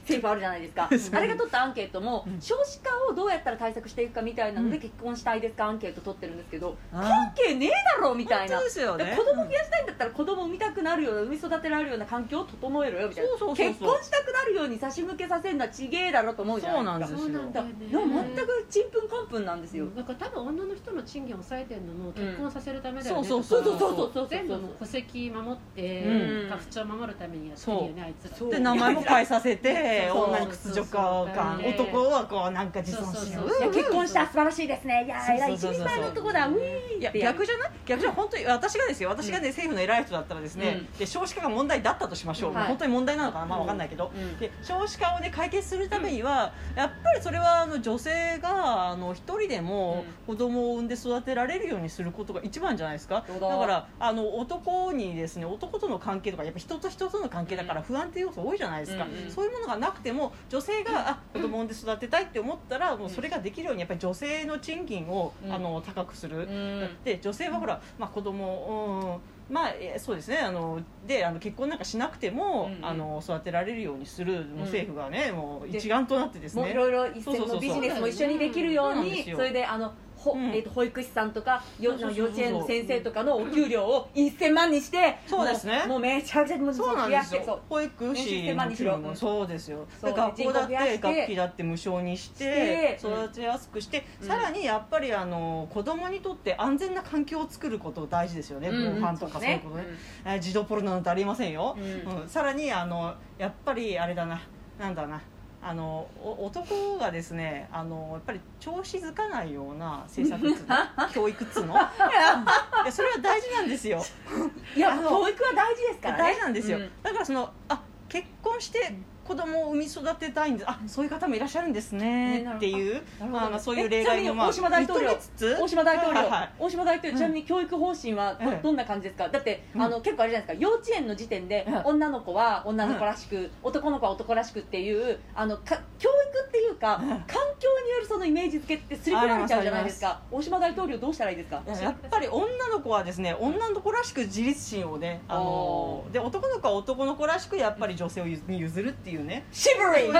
[SPEAKER 3] 政府あるじゃないですか
[SPEAKER 2] そ
[SPEAKER 3] あ
[SPEAKER 2] う
[SPEAKER 3] れが取ったアンケートも
[SPEAKER 2] うん
[SPEAKER 3] 少子化をどうやったら対策していくかみたいなので
[SPEAKER 2] うん
[SPEAKER 3] 結婚したいですかアンケート取ってるんですけど
[SPEAKER 2] あ
[SPEAKER 3] 関係ねえだろみた
[SPEAKER 2] 本
[SPEAKER 3] いな
[SPEAKER 2] 当ですよね
[SPEAKER 3] 子供増やしたいんだったら子供産みたくなるような産み育てられるような環境を整えろよみたいな
[SPEAKER 2] そうそうそうそう
[SPEAKER 3] 結婚したくなるように差し向けさせるのはちげえだろと思うじゃないですか
[SPEAKER 2] そうなんです
[SPEAKER 1] そうなんだよね
[SPEAKER 3] でも全くちんぷんかんぷんなんですよ、
[SPEAKER 1] なんか多分女の人の賃金を抑えてるのも結婚させるためだよね、
[SPEAKER 2] そうそう
[SPEAKER 3] そ
[SPEAKER 2] そう
[SPEAKER 3] そうそうそうそう
[SPEAKER 1] 全部もう戸籍守って、
[SPEAKER 2] うん
[SPEAKER 1] 家父長守るためにやってるよねあいつら
[SPEAKER 3] そう
[SPEAKER 2] で名前も変えさせて
[SPEAKER 3] そう
[SPEAKER 2] 女に屈辱感
[SPEAKER 1] そう
[SPEAKER 2] 男はこうなんか自尊心
[SPEAKER 1] そう
[SPEAKER 2] を
[SPEAKER 1] そうそう
[SPEAKER 3] いや結婚した素晴らしいですねいや
[SPEAKER 2] そう
[SPEAKER 3] ー
[SPEAKER 2] そう
[SPEAKER 3] 偉い一
[SPEAKER 2] そうそう
[SPEAKER 3] 人前の男だウィー
[SPEAKER 2] いや
[SPEAKER 3] ってやる
[SPEAKER 2] 逆じゃない逆じゃない本当に私がですよ私がね政府の偉い人だったらですねで少子化が問題だったとしましょう
[SPEAKER 3] はい
[SPEAKER 2] 本当に問題なのかなまあわかんないけど
[SPEAKER 3] うん
[SPEAKER 2] で少子化をね解決するためにはやっぱりそれはあの女性があの一人でも子供を産んで育てられるようにすることが一番じゃないですか
[SPEAKER 3] そう
[SPEAKER 2] だ
[SPEAKER 3] だ
[SPEAKER 2] からあの男にですね男との関係とかやっぱ人と人との関係だから不安定要素多いじゃないですか
[SPEAKER 3] うんうん
[SPEAKER 2] そういうものがなくても女性があ子供を産んで育てたいって思ったらもうそれができるようにやっぱり女性の賃金を
[SPEAKER 3] うん
[SPEAKER 2] あの高くする。
[SPEAKER 3] うん
[SPEAKER 2] で女性はほら、まあ、子供うんまあえーそうですねあのであの結婚なんかしなくても、
[SPEAKER 3] うんうん
[SPEAKER 2] あの育てられるようにするもう政府がね、もう
[SPEAKER 3] で
[SPEAKER 2] 一丸となってです
[SPEAKER 3] もうい
[SPEAKER 2] ね
[SPEAKER 3] ろいろ一
[SPEAKER 2] そう
[SPEAKER 3] 線
[SPEAKER 2] そうそ
[SPEAKER 3] の
[SPEAKER 2] う
[SPEAKER 3] ビジネスも一緒にできるよう
[SPEAKER 2] そうなんで
[SPEAKER 3] に
[SPEAKER 2] すよ
[SPEAKER 3] それであのほ、
[SPEAKER 2] うん
[SPEAKER 3] えー、と保育士さんとかよ
[SPEAKER 2] そうそうそう
[SPEAKER 3] 幼
[SPEAKER 2] そう
[SPEAKER 3] 稚園の先生とかのお給料を1000万にして
[SPEAKER 2] そうですね
[SPEAKER 3] もうもうめちゃくちゃもう
[SPEAKER 2] そうなんです
[SPEAKER 3] そう
[SPEAKER 2] よ保育
[SPEAKER 3] 年収
[SPEAKER 2] 士
[SPEAKER 3] 千万にしろうん
[SPEAKER 2] そうですよ
[SPEAKER 3] そう
[SPEAKER 2] で学校だっ
[SPEAKER 3] 人口増やして
[SPEAKER 2] て学期だって無償にして
[SPEAKER 3] してうん
[SPEAKER 2] 育てやすくして、
[SPEAKER 3] うん
[SPEAKER 2] さらにやっぱりあの子供にとって安全な環境を作ること大事ですよね、
[SPEAKER 3] うん
[SPEAKER 2] 防犯とかそういうことね、えー児童ポルノなんてありませんよ、
[SPEAKER 3] うん
[SPEAKER 2] うんさらにあのやっぱりあれだななんだなあのお男がですねあのやっぱり調子づかないような政策っつうの 教育っつ うのいやそれは大事なんですよ
[SPEAKER 3] いや
[SPEAKER 2] あの
[SPEAKER 3] 教育は大事ですからね
[SPEAKER 2] 大事なんですよ、
[SPEAKER 3] う
[SPEAKER 2] だからそのあ結婚して子供を産み育てたいんですあそういう方もいらっしゃるんですね
[SPEAKER 3] ね
[SPEAKER 2] っていう、
[SPEAKER 3] なるほど
[SPEAKER 2] まあまあそういう例外もまあ
[SPEAKER 3] えちなみに大島大統領
[SPEAKER 2] 認めつつ
[SPEAKER 3] 大島大統領、
[SPEAKER 2] はいはい
[SPEAKER 3] 大島大統領、
[SPEAKER 2] うん
[SPEAKER 3] ちなみに教育方針はど,、
[SPEAKER 2] ええ
[SPEAKER 3] んな感じですかだって、
[SPEAKER 2] うん
[SPEAKER 3] あの結構あれじゃないですか幼稚園の時点で、
[SPEAKER 2] ええ
[SPEAKER 3] 女の子は女の子らしく、男の子は男らしくっていうあのか教育っていうか、
[SPEAKER 2] ええ
[SPEAKER 3] 環境によるそのイメージ付けってすり込まれちゃうじゃないですか大島大統領どうしたらいいですか
[SPEAKER 2] いややっぱり女の子はですね女の子らしく自立心をねあので男の子は男の子らしくやっぱり女性をゆに譲るっていうね
[SPEAKER 3] シブリー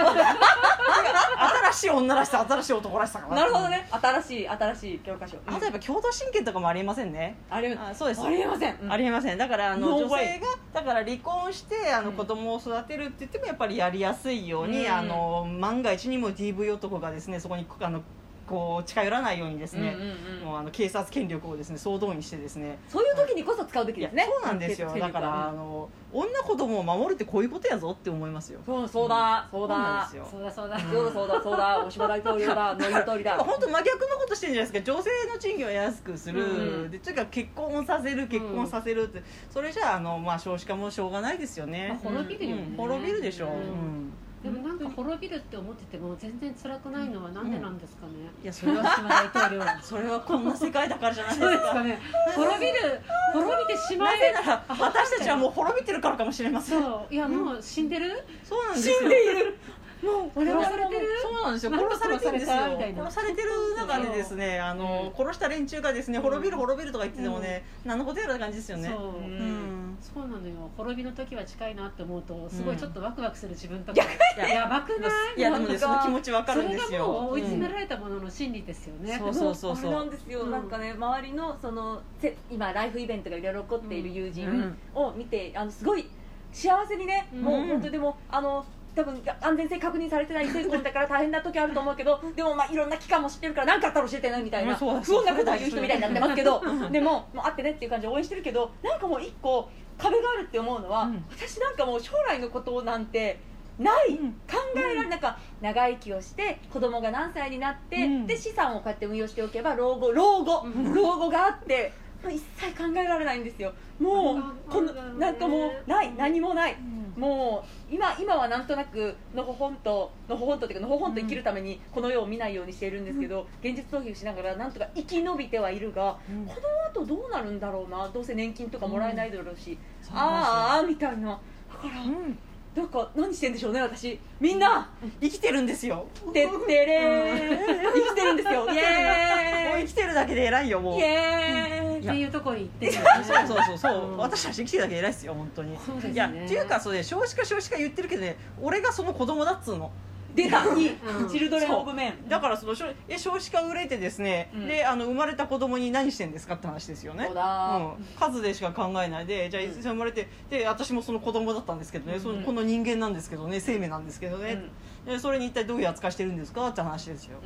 [SPEAKER 2] 新しい女らしさ新しい男らしさかな
[SPEAKER 3] なるほどね新しい新しい教科書、
[SPEAKER 2] あとやっぱ共同親権とかもありえませんね
[SPEAKER 3] あれ
[SPEAKER 2] あそうです
[SPEAKER 3] ありえません、
[SPEAKER 2] ありえませんだからあの
[SPEAKER 3] No way
[SPEAKER 2] 女性がだから離婚してあ
[SPEAKER 3] う
[SPEAKER 2] の
[SPEAKER 3] ん
[SPEAKER 2] 子供を育てるって言ってもやっぱりやりやすいように、
[SPEAKER 3] うん
[SPEAKER 2] あの万が一にも DV 男がですねそこにあのこう近寄らないようにですね
[SPEAKER 3] うん、うんうん
[SPEAKER 2] もうあの警察権力をですね総動員してですね
[SPEAKER 3] そういう時にこそ使うべき
[SPEAKER 2] い
[SPEAKER 3] で
[SPEAKER 2] や
[SPEAKER 3] すね
[SPEAKER 2] そうなんですよ
[SPEAKER 3] 権力
[SPEAKER 2] だ
[SPEAKER 3] は
[SPEAKER 2] からあ
[SPEAKER 3] うん
[SPEAKER 2] の女子供を守るってこういうことやぞって思いますよ
[SPEAKER 3] そうそうだそうだ
[SPEAKER 2] そうなんですよ
[SPEAKER 1] そうだそうだ、
[SPEAKER 3] そうだそうだそうだ大島大統領 だの言う通りだ
[SPEAKER 2] 本当真逆のことしてるんじゃないですか女性の賃金を安くする、
[SPEAKER 3] うん
[SPEAKER 2] でとにかく結婚をさせる結婚をさせるって、それじゃああの、まあ、少子化もしょうがないですよね、
[SPEAKER 1] まあ滅びるよね、
[SPEAKER 2] うん、滅びるでしょ、う
[SPEAKER 1] うん
[SPEAKER 2] ん
[SPEAKER 1] でもなんか滅びるって思ってても全然辛くないのはなんでなんですかね、
[SPEAKER 2] いやそれ
[SPEAKER 1] 広
[SPEAKER 2] は
[SPEAKER 1] 島大統領は
[SPEAKER 2] それはこんな世界だからじゃないで
[SPEAKER 1] そうですす か
[SPEAKER 2] か
[SPEAKER 1] ね滅びる滅びてしま
[SPEAKER 2] な
[SPEAKER 1] え
[SPEAKER 2] ぜなら私たちはもう滅びてるからかもしれ ません
[SPEAKER 1] そういやもう死んでる、
[SPEAKER 2] そうなんですよ
[SPEAKER 3] 死んでいる
[SPEAKER 2] もう
[SPEAKER 1] 俺はされてる
[SPEAKER 2] そうな んですよ
[SPEAKER 1] なんか
[SPEAKER 2] 殺されてるんですよ
[SPEAKER 1] 殺されたみたいな
[SPEAKER 2] 殺されてる中でですねあの、殺した連中がですね滅びる滅びるとか言っててもね、何のことやらって感じですよね
[SPEAKER 1] そう、
[SPEAKER 3] うん
[SPEAKER 2] うん
[SPEAKER 1] そうなのよ滅びの時は近いなって思うとすごいちょっとワクワクする自分とか、
[SPEAKER 2] いや
[SPEAKER 1] やばくない
[SPEAKER 2] いやでも
[SPEAKER 1] なん
[SPEAKER 2] ね
[SPEAKER 1] か
[SPEAKER 2] その気持ちわか
[SPEAKER 1] そ
[SPEAKER 2] るん
[SPEAKER 1] れ
[SPEAKER 2] です
[SPEAKER 1] が
[SPEAKER 2] よ
[SPEAKER 1] もう追い詰め
[SPEAKER 2] うん
[SPEAKER 1] られたものの心理ですよね、
[SPEAKER 2] そうそうそうそう
[SPEAKER 3] あれなんですよ、
[SPEAKER 1] うん
[SPEAKER 3] なんかね周りのそのせ今ライフイベントがいろいろ起こっている友
[SPEAKER 2] うんう
[SPEAKER 3] 人
[SPEAKER 2] ん
[SPEAKER 3] を見て、あのすごい幸せにね、
[SPEAKER 1] うん
[SPEAKER 3] もう本当でもあの多分安全性確認されて ない生徒だから大変な時あると思うけどでもまあいろんな機関も知ってるから何かあったら教えてねみたいな、
[SPEAKER 2] うんそうだ
[SPEAKER 3] 不穏なことを言う人みたいになってますけどでももうあってねっていう感じで応援してるけどなんかもう一個壁があるって思うのは、
[SPEAKER 2] うん
[SPEAKER 3] 私なんかもう将来のことなんてない、
[SPEAKER 2] うん
[SPEAKER 3] 考えられないなんか長生きをして子供が何歳になって、
[SPEAKER 2] うん
[SPEAKER 3] で資産をこうやって運用しておけば老後老後
[SPEAKER 1] うん
[SPEAKER 3] 老後があってもう一切考えられないんですよも
[SPEAKER 1] う
[SPEAKER 3] うんこの
[SPEAKER 1] うん
[SPEAKER 3] なんかもうない何もない
[SPEAKER 2] うん
[SPEAKER 3] もう今今はなんとなくのほほんとのほほんとっていうかのほほんと生きるためにこの世を見ないようにしているんですけど、現実逃避をしながらなんとか生き延びてはいるが
[SPEAKER 2] うん
[SPEAKER 3] このあとどうなるんだろうなどうせ年金とかもらえないだろうし、
[SPEAKER 2] そうなん
[SPEAKER 3] あーあーみたいなだから
[SPEAKER 2] ですようん
[SPEAKER 3] なんか何してんでしょうね私みんな
[SPEAKER 2] 生きてるんですよ
[SPEAKER 3] てってれー生きてるんです よイ
[SPEAKER 2] もう
[SPEAKER 3] エー
[SPEAKER 2] 生きてるだけで偉いよ
[SPEAKER 3] イ
[SPEAKER 2] もう
[SPEAKER 3] イエ
[SPEAKER 1] っ
[SPEAKER 3] ーイ
[SPEAKER 1] ていうところに行ってるよね
[SPEAKER 2] そうそうそうそう、
[SPEAKER 1] うん
[SPEAKER 2] 私たち生きてるだけ偉いですよ本当に
[SPEAKER 1] そうですね
[SPEAKER 2] いやっていうかそれ少子化少子化言ってるけどね俺がその子供だっつうの
[SPEAKER 3] 出たいい
[SPEAKER 1] うん
[SPEAKER 3] チルドレン・オブ・メン
[SPEAKER 2] だからその少え少子化憂れてですね、
[SPEAKER 3] うん
[SPEAKER 2] であの生まれた子供に何してんですかって話ですよね
[SPEAKER 3] そうだ
[SPEAKER 2] うん、数でしか考えないでじゃあ
[SPEAKER 3] うん
[SPEAKER 2] いつ生まれてで私もその子供だったんですけどね、そ
[SPEAKER 3] うん
[SPEAKER 2] のこの人間なんですけどね生命なんですけどね、でそれに一体どういう扱いしてるんですかって話ですよ、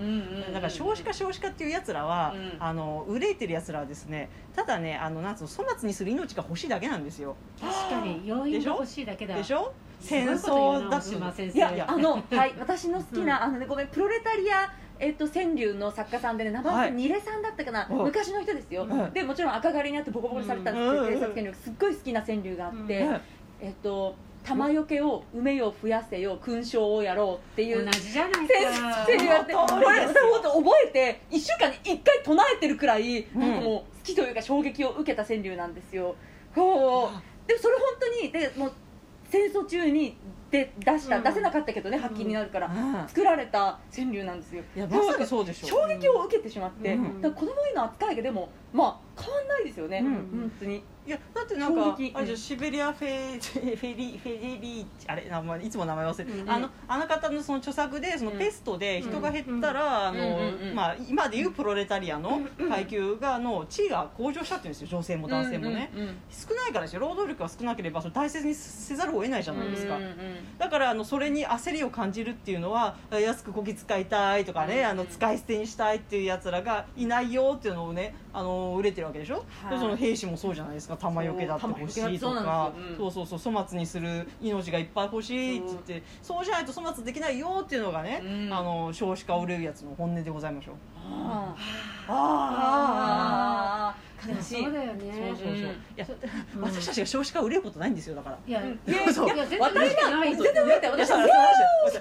[SPEAKER 2] だから少子化少子化っていうやつらは、
[SPEAKER 3] うん
[SPEAKER 2] あの憂いてるやつらはですねただねあのなんつうの粗末にする命が欲しいだけなんですよ
[SPEAKER 1] 確かに要因が欲しいだけだ
[SPEAKER 2] でしょ戦
[SPEAKER 1] すごいこと言うな
[SPEAKER 2] 争だ
[SPEAKER 1] 大島先生
[SPEAKER 3] い
[SPEAKER 2] い
[SPEAKER 3] や
[SPEAKER 2] や
[SPEAKER 3] あのはい私の好きなあのねごめんプロレタリアえっと川柳の作家さんでね名前忘れ
[SPEAKER 2] はい
[SPEAKER 3] ニレさんだったかな
[SPEAKER 2] お
[SPEAKER 3] 昔の人ですよ
[SPEAKER 2] うん
[SPEAKER 3] でもちろん赤狩りにあってボコボコにされたんですけ
[SPEAKER 2] う
[SPEAKER 3] ど
[SPEAKER 2] ん
[SPEAKER 3] 警察権力すっごい好きな川柳があっ
[SPEAKER 1] う
[SPEAKER 3] て
[SPEAKER 2] うん
[SPEAKER 3] えっと玉よけを埋めよ増やせよ勲章をやろうっていう
[SPEAKER 1] 同じじゃないか
[SPEAKER 3] 先生言われて、こ
[SPEAKER 2] その通
[SPEAKER 3] れ、
[SPEAKER 2] りですよ
[SPEAKER 3] それ本当覚えて、一週間に一回唱えてるくらい、
[SPEAKER 2] ん
[SPEAKER 3] なんかもう好きというか衝撃を受けた川柳なんですよ。こう、でもそれ本当に、で、もう戦争中にで出した、
[SPEAKER 1] うん
[SPEAKER 3] 出せなかったけどね発禁になるから、作られた川柳なんですよ
[SPEAKER 2] いやまさかそうでしょ
[SPEAKER 3] 衝撃を受けてしまって、
[SPEAKER 2] うん
[SPEAKER 3] だから子供への扱いがでもまあ変わんないですよね、
[SPEAKER 2] うん
[SPEAKER 3] 本当に
[SPEAKER 2] いやだってなんか
[SPEAKER 3] 衝撃
[SPEAKER 2] あれじゃ
[SPEAKER 3] うん
[SPEAKER 2] んシベリアフェフェリフェリリーあれ名前いつも名前忘れる、
[SPEAKER 1] うん
[SPEAKER 2] あのあの方のその著作でその
[SPEAKER 3] うん
[SPEAKER 2] ペストで人が減ったら、
[SPEAKER 3] うん
[SPEAKER 2] あの
[SPEAKER 3] うんうんうん
[SPEAKER 2] まあ今でいうプロレタリアの階級がの地位が向上したっていうんですよ女性も男性もね、
[SPEAKER 3] うんうんうん
[SPEAKER 2] 少ないからですよ労働力が少なければそれ大切にせざるを得ないじゃないですか、
[SPEAKER 3] うんうんうん
[SPEAKER 2] だからあのそれに焦りを感じるっていうのは安くこき使いたいとか
[SPEAKER 3] う
[SPEAKER 2] ね、
[SPEAKER 3] ん
[SPEAKER 2] あの使い捨てにしたいっていうやつらがいないよっていうのをねあの売れてるわけでしょ、
[SPEAKER 3] はい
[SPEAKER 2] でその兵士もそうじゃないですか玉よけだって欲しいと
[SPEAKER 3] そう玉よ
[SPEAKER 2] か
[SPEAKER 3] けだ
[SPEAKER 2] そう,、そうそう粗末にする命がいっぱい欲しいって言ってそうじゃないと粗末できないよっていうのがね、
[SPEAKER 3] うん
[SPEAKER 2] あの少子化を売れるやつの本音でございましょう
[SPEAKER 3] あー
[SPEAKER 2] あ
[SPEAKER 3] あー悲しい
[SPEAKER 1] そうだよ
[SPEAKER 2] そう
[SPEAKER 1] ね
[SPEAKER 2] そうそう、
[SPEAKER 3] うん
[SPEAKER 2] いや
[SPEAKER 1] うん
[SPEAKER 2] 私たちが少子化を売れることないんですよだから
[SPEAKER 1] いや
[SPEAKER 3] うん
[SPEAKER 1] いや
[SPEAKER 2] そう
[SPEAKER 1] いや全然嬉しくない
[SPEAKER 3] 全然増えて私は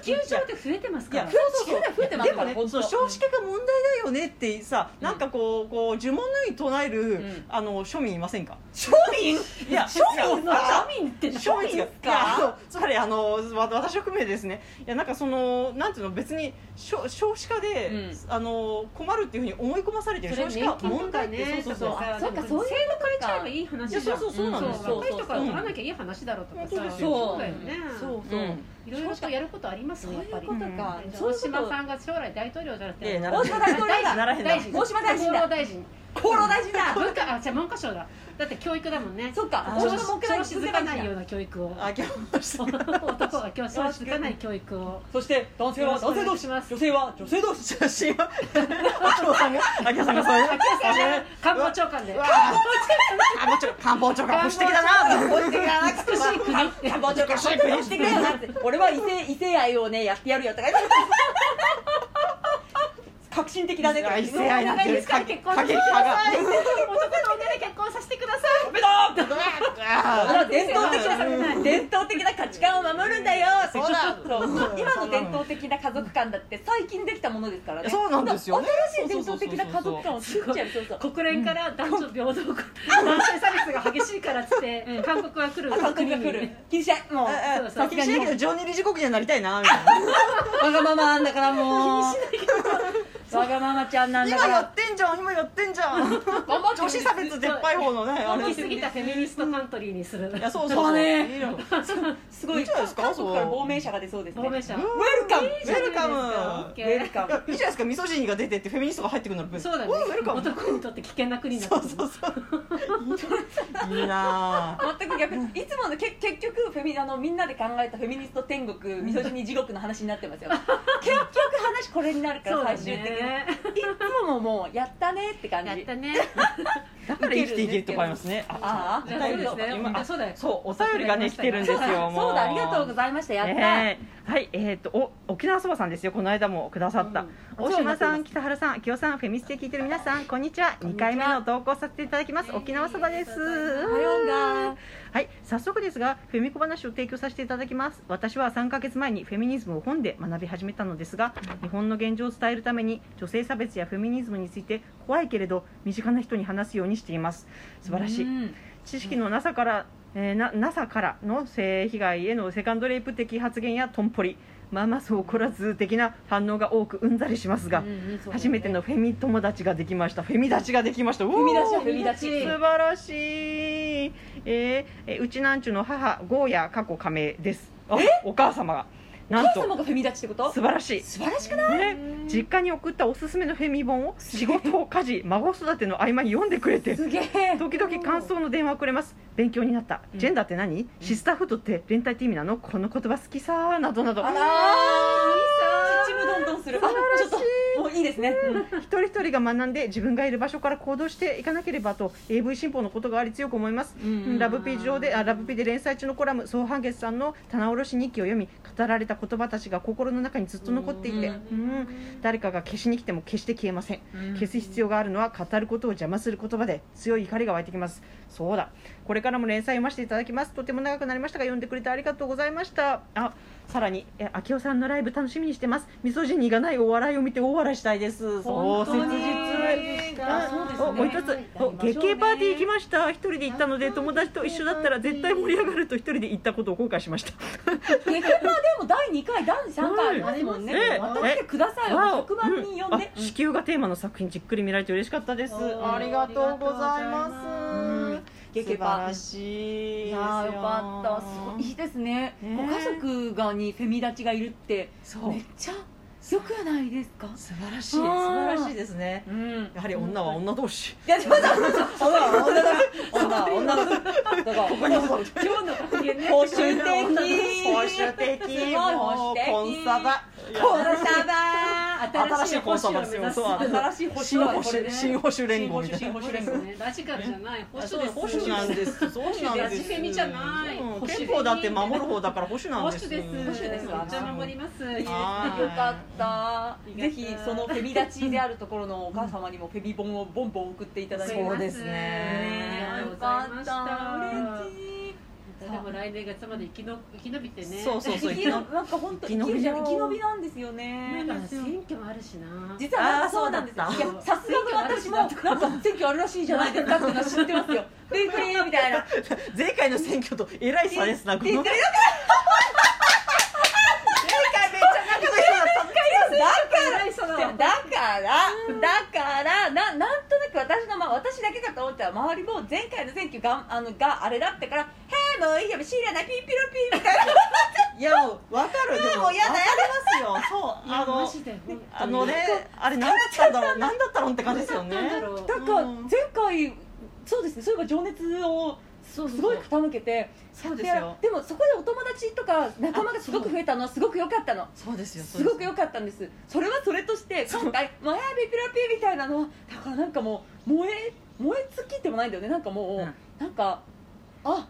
[SPEAKER 1] 地球上って増えてます
[SPEAKER 2] い
[SPEAKER 1] か
[SPEAKER 2] や
[SPEAKER 1] ら
[SPEAKER 2] そ
[SPEAKER 3] 地
[SPEAKER 2] う
[SPEAKER 3] 球が増えてます
[SPEAKER 2] で
[SPEAKER 3] か
[SPEAKER 2] も
[SPEAKER 3] ら
[SPEAKER 2] ね
[SPEAKER 3] 本当
[SPEAKER 2] その少子化が問題だよねってさ、なんかこうこう呪文のように唱える、
[SPEAKER 3] ん
[SPEAKER 2] あの庶民いませんか
[SPEAKER 3] 庶民
[SPEAKER 2] いや
[SPEAKER 3] 庶民の庶民って
[SPEAKER 2] 庶
[SPEAKER 3] 庶
[SPEAKER 2] 民
[SPEAKER 3] 民
[SPEAKER 2] い
[SPEAKER 3] で
[SPEAKER 2] や
[SPEAKER 3] すか
[SPEAKER 2] そうつまりあのわ私を含めですねいやなんかそのなんていうの別に少少子化で、
[SPEAKER 3] う
[SPEAKER 2] あの困るっていうふうに思い込まされてる
[SPEAKER 1] それ
[SPEAKER 2] 少子化問題って、
[SPEAKER 1] 年金とかねと
[SPEAKER 3] あそ
[SPEAKER 2] そうそうそう
[SPEAKER 3] うか
[SPEAKER 1] でも
[SPEAKER 3] そういう
[SPEAKER 1] 制度変えちゃえばいい話じゃん
[SPEAKER 2] いやそうそうそうなんです
[SPEAKER 3] よ
[SPEAKER 1] 若い人から取らなきゃいい話だろうとか
[SPEAKER 2] そうそう
[SPEAKER 1] さ
[SPEAKER 2] そう
[SPEAKER 1] そうだよね
[SPEAKER 3] そう
[SPEAKER 2] う
[SPEAKER 3] そうん
[SPEAKER 1] いろいろとやることあります
[SPEAKER 3] そう
[SPEAKER 1] ねや
[SPEAKER 3] い
[SPEAKER 1] っ
[SPEAKER 3] う
[SPEAKER 1] ぱり
[SPEAKER 3] ことか
[SPEAKER 1] じゃあ
[SPEAKER 3] そ
[SPEAKER 1] 大
[SPEAKER 3] ういうこと
[SPEAKER 1] 島さんが将来大統領じゃなく
[SPEAKER 2] いや
[SPEAKER 1] て
[SPEAKER 2] いや
[SPEAKER 3] 大島大統領だ
[SPEAKER 2] ならへんな
[SPEAKER 1] 大臣
[SPEAKER 3] 大島大臣
[SPEAKER 1] 厚
[SPEAKER 3] だ
[SPEAKER 1] 労大臣
[SPEAKER 3] 厚労大臣
[SPEAKER 1] あ
[SPEAKER 3] だ
[SPEAKER 1] 文化あじゃあ文科省だだって教育だもんね
[SPEAKER 3] そっか
[SPEAKER 2] あ
[SPEAKER 1] 教
[SPEAKER 3] 大島
[SPEAKER 1] 師
[SPEAKER 3] 文科大
[SPEAKER 1] 教
[SPEAKER 3] 臣
[SPEAKER 1] 師づ
[SPEAKER 3] 続けば
[SPEAKER 1] か
[SPEAKER 3] いい
[SPEAKER 1] ない
[SPEAKER 3] ん
[SPEAKER 1] よ
[SPEAKER 3] だ
[SPEAKER 1] うな教育を
[SPEAKER 2] あきました
[SPEAKER 1] 男が教師づかない教育を
[SPEAKER 3] そして男性は男性同士
[SPEAKER 1] よろしく
[SPEAKER 3] 女
[SPEAKER 1] お
[SPEAKER 3] 性は女性同士
[SPEAKER 2] 写真は秋葉さんが秋葉さんがそういう
[SPEAKER 1] 官房長官で
[SPEAKER 2] うわあもうちょっと官房長官保守的だな保守的だな
[SPEAKER 1] 美しい国
[SPEAKER 3] 官房長官
[SPEAKER 2] そう
[SPEAKER 3] そう
[SPEAKER 2] い
[SPEAKER 3] いうう国
[SPEAKER 2] 国
[SPEAKER 3] してくれよなって俺は異性異性愛をねやってやるよとか言って 革新的だねとか言って
[SPEAKER 2] 異性愛なんていう
[SPEAKER 1] か結婚
[SPEAKER 2] 過
[SPEAKER 1] して
[SPEAKER 2] 激
[SPEAKER 1] くだ
[SPEAKER 2] 派が
[SPEAKER 1] さい男と女で結婚させてください
[SPEAKER 3] ダメだ
[SPEAKER 2] あ
[SPEAKER 3] あの伝統的
[SPEAKER 2] う
[SPEAKER 3] な伝統的な価値観を守るんだよって
[SPEAKER 2] そうだ
[SPEAKER 3] そう今
[SPEAKER 2] そう
[SPEAKER 3] の伝統的な家族観だって最近できたものですからね
[SPEAKER 2] そうなんですよね
[SPEAKER 3] 新しい伝統的な家族観を作っちゃうそうそう
[SPEAKER 1] 国連から男女平等国男性差別が激しいからっつって
[SPEAKER 3] うん
[SPEAKER 1] 韓国が来る
[SPEAKER 3] 韓国が来る禁止しないもう
[SPEAKER 1] そうそう
[SPEAKER 2] 先にしないけどジョニー・リジ国人になりたいなみたいな
[SPEAKER 3] わがままなんだからもうわがままちゃんなんだ
[SPEAKER 2] 今
[SPEAKER 3] か
[SPEAKER 2] や
[SPEAKER 3] ら
[SPEAKER 2] ってんじゃん今やってんじゃん
[SPEAKER 3] 頑張って
[SPEAKER 2] 女子差別撤廃法のねあ
[SPEAKER 1] 行
[SPEAKER 2] れ
[SPEAKER 1] き
[SPEAKER 2] い
[SPEAKER 1] 過ぎたフェミニストカントリーにする
[SPEAKER 2] やそう
[SPEAKER 3] そ
[SPEAKER 2] そうう
[SPEAKER 3] だね
[SPEAKER 2] いいの
[SPEAKER 3] すご
[SPEAKER 2] いい
[SPEAKER 3] い
[SPEAKER 2] んじゃないですか
[SPEAKER 3] 韓国から
[SPEAKER 2] そう
[SPEAKER 3] 亡命者が出そうですね
[SPEAKER 1] 亡命者
[SPEAKER 2] うん
[SPEAKER 3] ウェルカムウ
[SPEAKER 1] いいじゃないですか
[SPEAKER 2] ウェルカム
[SPEAKER 1] オッ
[SPEAKER 3] ェ
[SPEAKER 1] ケー
[SPEAKER 3] ルカ
[SPEAKER 2] いや
[SPEAKER 3] ム
[SPEAKER 2] いいじゃないですかミソジニが出てってフェミニストが入ってくるなら別に
[SPEAKER 1] そうだね
[SPEAKER 2] おウェルカム
[SPEAKER 1] 男にとって危険な国だ
[SPEAKER 2] そうそうそういいなあ
[SPEAKER 3] 全く逆いつものけ結局フェミあのみんなで考えたフェミニスト天国みそじに地獄の話になってますよ 結局話これになるか
[SPEAKER 1] そう
[SPEAKER 3] ら
[SPEAKER 1] だ
[SPEAKER 3] 最終的に、
[SPEAKER 1] ね
[SPEAKER 3] いつももうやったねって感じ
[SPEAKER 1] やったね
[SPEAKER 2] だから生きていけると思いますね
[SPEAKER 3] あ
[SPEAKER 1] じゃあそうです
[SPEAKER 2] お便り
[SPEAKER 1] ね
[SPEAKER 2] 今
[SPEAKER 1] あそうだよ
[SPEAKER 2] そうお便りがね来てるんですよも
[SPEAKER 3] そうだありがとうございましたやった、
[SPEAKER 2] ねえはいえっ、とお沖縄そばさんですよこの間もくださった、
[SPEAKER 1] うん
[SPEAKER 2] 大島さん北原さん清さんフェミステ聞いてる皆さんこんにち
[SPEAKER 3] ん
[SPEAKER 2] は二
[SPEAKER 3] にちは
[SPEAKER 2] 回目の投稿させていただきます、
[SPEAKER 1] えー
[SPEAKER 2] 沖縄そばです
[SPEAKER 1] ありがとうござい
[SPEAKER 3] おはようが
[SPEAKER 2] はい早速ですがフェミコ話を提供させていただきます私は3ヶ月前にフェミニズムを本で学び始めたのですが日本の現状を伝えるために女性差別やフェミニズムについて怖いけれど身近な人に話すようにしています素晴らしい
[SPEAKER 3] うん
[SPEAKER 2] 知識のなさから、えーななさからの性被害へのセカンドレイプ的発言やトンポリまあまあそう怒らず的な反応が多くうんざりしますが、
[SPEAKER 3] うんうんそうだね
[SPEAKER 2] 初めてのフェミ友達ができましたフェミ立ちができましたフ
[SPEAKER 3] 踏み出し
[SPEAKER 1] は
[SPEAKER 3] を踏
[SPEAKER 1] 踏み
[SPEAKER 3] み出
[SPEAKER 1] 出
[SPEAKER 3] し
[SPEAKER 1] し
[SPEAKER 2] 素晴らしい、えーえーうちなんちゅの母ゴーヤ過去仮名ですあお母様がなん
[SPEAKER 3] 神様
[SPEAKER 2] と
[SPEAKER 3] がフェミ立ちってこと
[SPEAKER 2] 素晴らしい
[SPEAKER 3] 素晴らしくない
[SPEAKER 2] ね実家に送ったおすすめのフェミ本を仕事家事孫育ての合間に読んでくれて
[SPEAKER 3] すげえ
[SPEAKER 2] 時々感想の電話をくれます勉強になった
[SPEAKER 3] うん
[SPEAKER 2] ジェンダーって何、シスターフードって連帯って意味なのこの言葉好きさーなどなど
[SPEAKER 3] あらーちちむどんどんするあちょっともういいですね、うん
[SPEAKER 2] 一人一人が学んで自分がいる場所から行動していかなければと AV 新法のことがあり強く思います
[SPEAKER 3] うん
[SPEAKER 2] ラブピー上であラブピーで連載中のコラム総半月さんの棚卸し日記を読み語られた言葉たちが心の中にずっと残っていて
[SPEAKER 3] う
[SPEAKER 2] うん誰かが消しに来ても決して消えません消す必要があるのは語ることを邪魔する言葉で強い怒りが湧いてきますそうだこれからも連載読ませていただきますとても長くなりましたが読んでくれてありがとうございましたあさらにえ秋代さんのライブ楽しみにしてますみそじにがないお笑いを見て大笑いしたいですそう
[SPEAKER 1] 本当
[SPEAKER 2] 切
[SPEAKER 1] に
[SPEAKER 2] 実
[SPEAKER 3] あそうですね
[SPEAKER 2] おもう一つお月経パーティー行きました一人で行ったので友達と一緒だったら絶対盛り上がると一人で行ったことを後悔しました
[SPEAKER 3] 劇場でも第2回第3回ありますもんね
[SPEAKER 2] ねえ
[SPEAKER 3] また来てくださいよ
[SPEAKER 2] わお
[SPEAKER 3] 100万人呼んで
[SPEAKER 2] うんあ子宮がテーマの作品じっくり見られて嬉しかったです
[SPEAKER 1] お
[SPEAKER 4] ありがとうござい
[SPEAKER 2] うん
[SPEAKER 4] ます。
[SPEAKER 3] 劇
[SPEAKER 4] 素晴
[SPEAKER 3] 場版
[SPEAKER 4] らしい
[SPEAKER 3] い
[SPEAKER 4] です
[SPEAKER 3] や
[SPEAKER 4] よ。
[SPEAKER 3] ーよかったすごいいいですね
[SPEAKER 2] ね
[SPEAKER 3] ご家族がにフェミ立ちがいるって
[SPEAKER 4] そう
[SPEAKER 3] めっちゃ良くないですか
[SPEAKER 4] 素晴らしい素
[SPEAKER 3] あ
[SPEAKER 4] 晴
[SPEAKER 3] ー
[SPEAKER 4] らしいですね。
[SPEAKER 3] うん
[SPEAKER 2] やはり女は女同士
[SPEAKER 3] いやでもそうそうそう
[SPEAKER 4] 女は女だ女は女だ
[SPEAKER 3] だから今日のいやね
[SPEAKER 4] 保守的
[SPEAKER 3] 保守
[SPEAKER 4] 的
[SPEAKER 3] すごい
[SPEAKER 4] もうコ
[SPEAKER 3] 保守的
[SPEAKER 4] ンサバ
[SPEAKER 3] コンサバ
[SPEAKER 2] 新しいコンサバですよそう
[SPEAKER 3] 新しい保
[SPEAKER 2] 新
[SPEAKER 3] 守
[SPEAKER 2] 保
[SPEAKER 3] はこれ
[SPEAKER 2] 守
[SPEAKER 3] ね
[SPEAKER 2] 新保守連合みたいな
[SPEAKER 3] 新保守
[SPEAKER 1] で
[SPEAKER 3] 新
[SPEAKER 1] す
[SPEAKER 3] 保守連合
[SPEAKER 1] ねラジカルじゃない保守
[SPEAKER 2] そう
[SPEAKER 1] です
[SPEAKER 2] 保守なんですそうなんです
[SPEAKER 1] ラジフェミじゃない
[SPEAKER 2] うん
[SPEAKER 1] 保守
[SPEAKER 2] 憲法だって守る方だから保守
[SPEAKER 1] 保
[SPEAKER 2] なん
[SPEAKER 1] 守
[SPEAKER 2] で
[SPEAKER 1] ですす保守です
[SPEAKER 3] 保守です
[SPEAKER 1] じゃあ守ります
[SPEAKER 3] いいですね
[SPEAKER 2] はい
[SPEAKER 3] よかった
[SPEAKER 1] い
[SPEAKER 3] ぜひそのフェミ立ちであるところのお母様にもフェミ本をボンボン送っていただいて
[SPEAKER 4] そうですね
[SPEAKER 1] ありがと
[SPEAKER 3] よ
[SPEAKER 1] うござ
[SPEAKER 3] か
[SPEAKER 1] いま
[SPEAKER 3] っ
[SPEAKER 1] した
[SPEAKER 3] た嬉しい
[SPEAKER 1] でも来年月まで生きの生き延びてね
[SPEAKER 2] そうそう
[SPEAKER 3] 生きのなんか本当
[SPEAKER 2] 生き
[SPEAKER 3] 生
[SPEAKER 2] 延
[SPEAKER 3] きる
[SPEAKER 2] び
[SPEAKER 3] じ
[SPEAKER 2] よ
[SPEAKER 3] ゃ
[SPEAKER 2] う
[SPEAKER 3] 生
[SPEAKER 2] ん
[SPEAKER 3] き延びなんですよ
[SPEAKER 1] な
[SPEAKER 3] ね
[SPEAKER 1] んか選挙もあるしな
[SPEAKER 3] 実は
[SPEAKER 2] あー
[SPEAKER 3] そうなんですよ
[SPEAKER 2] そう
[SPEAKER 3] い
[SPEAKER 2] だ
[SPEAKER 3] や
[SPEAKER 2] った
[SPEAKER 3] さすがに私もなんか選挙あるらしいじゃないですかっていうのは知ってますよ「でんくり」みたいな「
[SPEAKER 2] 前回の選挙とえらい差ですなこ
[SPEAKER 3] でん
[SPEAKER 2] の
[SPEAKER 3] くり」だからだからななんとなく私の、まあ、私だけかと思ったら周りも前回の選挙があのがあれだってから「へえもういいよ知らないピーピロピー」みたいない
[SPEAKER 4] やもうわかるで
[SPEAKER 3] もうやだやだ
[SPEAKER 4] わかりますよそう
[SPEAKER 1] いや
[SPEAKER 4] あ
[SPEAKER 1] マ
[SPEAKER 4] の
[SPEAKER 1] ジで本当に
[SPEAKER 2] あのねあれ何だったんだろう何だったのって感じですよね
[SPEAKER 1] なんだろう
[SPEAKER 3] なんか前回そうですねそういえば情熱を
[SPEAKER 1] そうそうそう
[SPEAKER 3] すごい傾けて
[SPEAKER 4] そう
[SPEAKER 3] で
[SPEAKER 4] ですよ
[SPEAKER 3] でもそこでお友達とか仲間がすごく増えたのはすごく良かったの
[SPEAKER 4] そうですよ
[SPEAKER 3] すごく良
[SPEAKER 4] く
[SPEAKER 3] かったんですそれはそれとして今回「マヤビピラピ」みたいなのはだからなんかもう燃え燃え尽きてもないんだよねなんかもう、
[SPEAKER 2] うん
[SPEAKER 3] なんかあ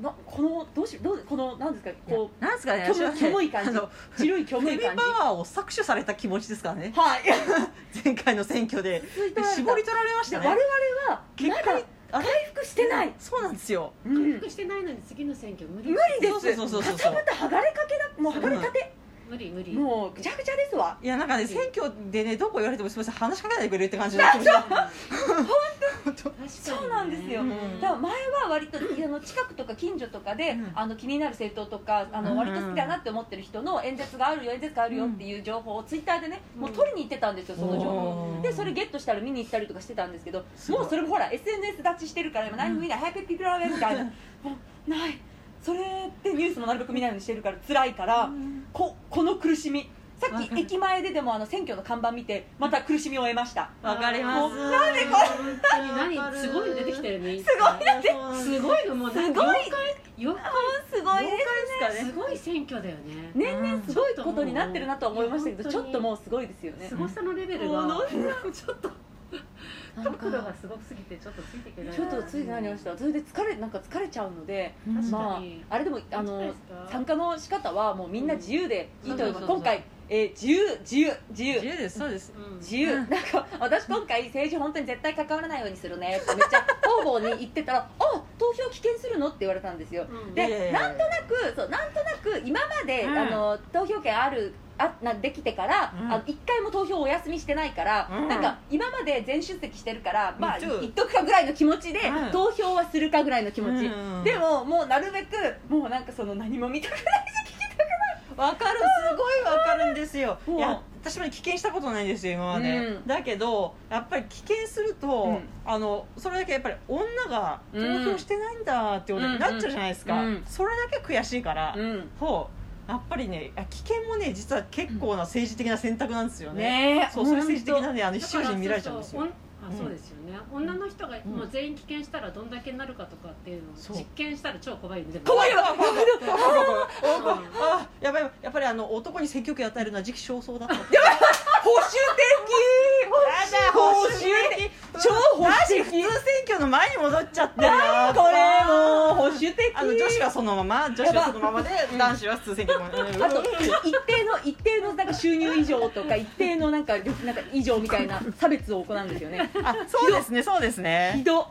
[SPEAKER 3] なこのどうしどうこのなんですかこう
[SPEAKER 2] なんですかね
[SPEAKER 3] 虚無虚無い感じ
[SPEAKER 2] あの
[SPEAKER 3] 白い虚
[SPEAKER 2] フ
[SPEAKER 3] 無
[SPEAKER 2] ェ
[SPEAKER 3] い
[SPEAKER 2] ミ
[SPEAKER 3] 感じ
[SPEAKER 2] パワーを搾取された気持ちですからね
[SPEAKER 3] はい
[SPEAKER 2] 前回の選挙で
[SPEAKER 3] 吸い取られた
[SPEAKER 2] 絞り取られまし
[SPEAKER 3] で
[SPEAKER 2] た
[SPEAKER 3] 我々
[SPEAKER 2] ね
[SPEAKER 3] は
[SPEAKER 2] 結
[SPEAKER 3] ま
[SPEAKER 2] 果
[SPEAKER 3] だ
[SPEAKER 2] にあれ
[SPEAKER 3] 回復してない、
[SPEAKER 2] そうなんですよ
[SPEAKER 3] うん
[SPEAKER 1] 回復してないのに次の選挙無理
[SPEAKER 3] 無理です
[SPEAKER 2] そうそうそうそうそう
[SPEAKER 3] また剥がれかけだもう剥がれたて
[SPEAKER 1] 無理無理
[SPEAKER 3] もうぐちゃぐちゃですわ
[SPEAKER 2] いやなんかね選挙でねどこ言われてもすみません話しかけないでくれるって感じの気持ちが
[SPEAKER 1] 本当
[SPEAKER 3] そうなんですよ、
[SPEAKER 2] うん
[SPEAKER 3] だから前は割とあの近くとか近所とかで、
[SPEAKER 2] うん
[SPEAKER 3] あの気になる政党とかあ
[SPEAKER 2] う
[SPEAKER 3] の
[SPEAKER 2] ん
[SPEAKER 3] 割と好きだなって思ってる人の演説があるよ演説があるよっていう情報をツイッターでね、もう取りに行ってたんですよその情報
[SPEAKER 2] おー
[SPEAKER 3] でそれゲットしたら見に行ったりとかしてたんですけど
[SPEAKER 2] すごい
[SPEAKER 3] もうそれもほら SNS 立ちしてるから今何も見ない、早くピピラーメンみたいなもうないそれってニュースもなるべく見ないようにしてるから辛いから、ここの苦しみさっき駅前ででもあの選挙の看板見てまた苦しみを得ました
[SPEAKER 2] わかります
[SPEAKER 1] もう
[SPEAKER 2] なんでこ
[SPEAKER 1] 本当に何すごいの出てきたよねす
[SPEAKER 2] れ
[SPEAKER 1] すごいのもうなんか
[SPEAKER 3] すごい
[SPEAKER 1] 妖怪
[SPEAKER 3] すごいです
[SPEAKER 1] 妖怪すごい選挙だよね
[SPEAKER 3] 年々すごいことになってるなとは思いましたけ
[SPEAKER 1] う
[SPEAKER 3] ど
[SPEAKER 1] ん
[SPEAKER 3] ちょっともうすごいですよね
[SPEAKER 1] すごさのレベル
[SPEAKER 3] も
[SPEAKER 1] が
[SPEAKER 3] うなん
[SPEAKER 1] ちょっと
[SPEAKER 3] なんか
[SPEAKER 1] 角度がすごすぎてちょっとついていけない
[SPEAKER 3] ちょっとついてなりましたそれで疲れなんか疲れちゃうので
[SPEAKER 1] 確か
[SPEAKER 3] ま
[SPEAKER 1] に
[SPEAKER 3] ああれでもあ
[SPEAKER 1] いい
[SPEAKER 3] の
[SPEAKER 1] ですか
[SPEAKER 3] 参加の仕方はもうみんな自由でいいと思いま
[SPEAKER 1] う
[SPEAKER 3] す
[SPEAKER 1] んそうそうそう
[SPEAKER 3] 今回えー自由自由自
[SPEAKER 2] 自
[SPEAKER 3] 由
[SPEAKER 2] 由ですそうです
[SPEAKER 1] うん
[SPEAKER 3] 自由なんか私今回政治本当に絶対関わらないようにするねってめっちゃ方々に言ってたら 「あ投票棄権するの?」って言われたんですよ
[SPEAKER 1] うん
[SPEAKER 2] いやいや
[SPEAKER 3] で
[SPEAKER 2] いや
[SPEAKER 3] なんとなくそうなんとなく今まで、
[SPEAKER 2] うん
[SPEAKER 3] あの投票権あるあなできてから、
[SPEAKER 2] うん
[SPEAKER 3] あの一回も投票お休みしてないから、
[SPEAKER 2] うん
[SPEAKER 3] なんか今まで全出席してるから、まあ、
[SPEAKER 2] Me too
[SPEAKER 3] 言っとくかぐらいの気持ちで、
[SPEAKER 2] うん
[SPEAKER 3] 投票はするかぐらいの気持ち、
[SPEAKER 2] うん
[SPEAKER 3] でももうなるべくもうなんかその何も見たくない
[SPEAKER 2] わかるすごいわかるんですよ
[SPEAKER 3] うん
[SPEAKER 2] いや私もね棄権したことないんですよ今まで、
[SPEAKER 3] うん
[SPEAKER 2] だけどやっぱり棄権すると、
[SPEAKER 3] うん
[SPEAKER 2] あのそれだけやっぱり女が投票してないんだってことになっちゃうじゃないですか、
[SPEAKER 3] うんうん
[SPEAKER 2] それだけ悔しいから、
[SPEAKER 3] うん
[SPEAKER 2] そうやっぱりねあ棄権もね実は結構な政治的な選択なんですよね、
[SPEAKER 3] ね
[SPEAKER 2] そうそれ政治的なんであの一瞬に見られちゃうんですよ
[SPEAKER 1] だからそうそうおんあそうですよね、女の人がもう全員棄権したらどんだけになるかとかっていうのを
[SPEAKER 2] そう
[SPEAKER 1] 実験したら超怖いよね
[SPEAKER 2] 怖
[SPEAKER 1] い
[SPEAKER 2] いわ怖いわ怖いわ怖いわ
[SPEAKER 1] うん
[SPEAKER 2] あやばいわやっぱりあの男に選挙権与えるのは時期尚早だった
[SPEAKER 3] 保守的保守的超保守的
[SPEAKER 2] マジ普通選挙の前に戻っちゃってるよ
[SPEAKER 3] これもう保守的
[SPEAKER 2] あの女子はそのまま女子はそのままで
[SPEAKER 3] ば
[SPEAKER 2] 男子は普通選挙の前に
[SPEAKER 3] あと一定の一定のなんか収入以上とか一定のなんかりょなんか以上みたいな差別を行うんですよね。
[SPEAKER 2] あそうですねそうです
[SPEAKER 3] ひ
[SPEAKER 2] ね
[SPEAKER 3] ど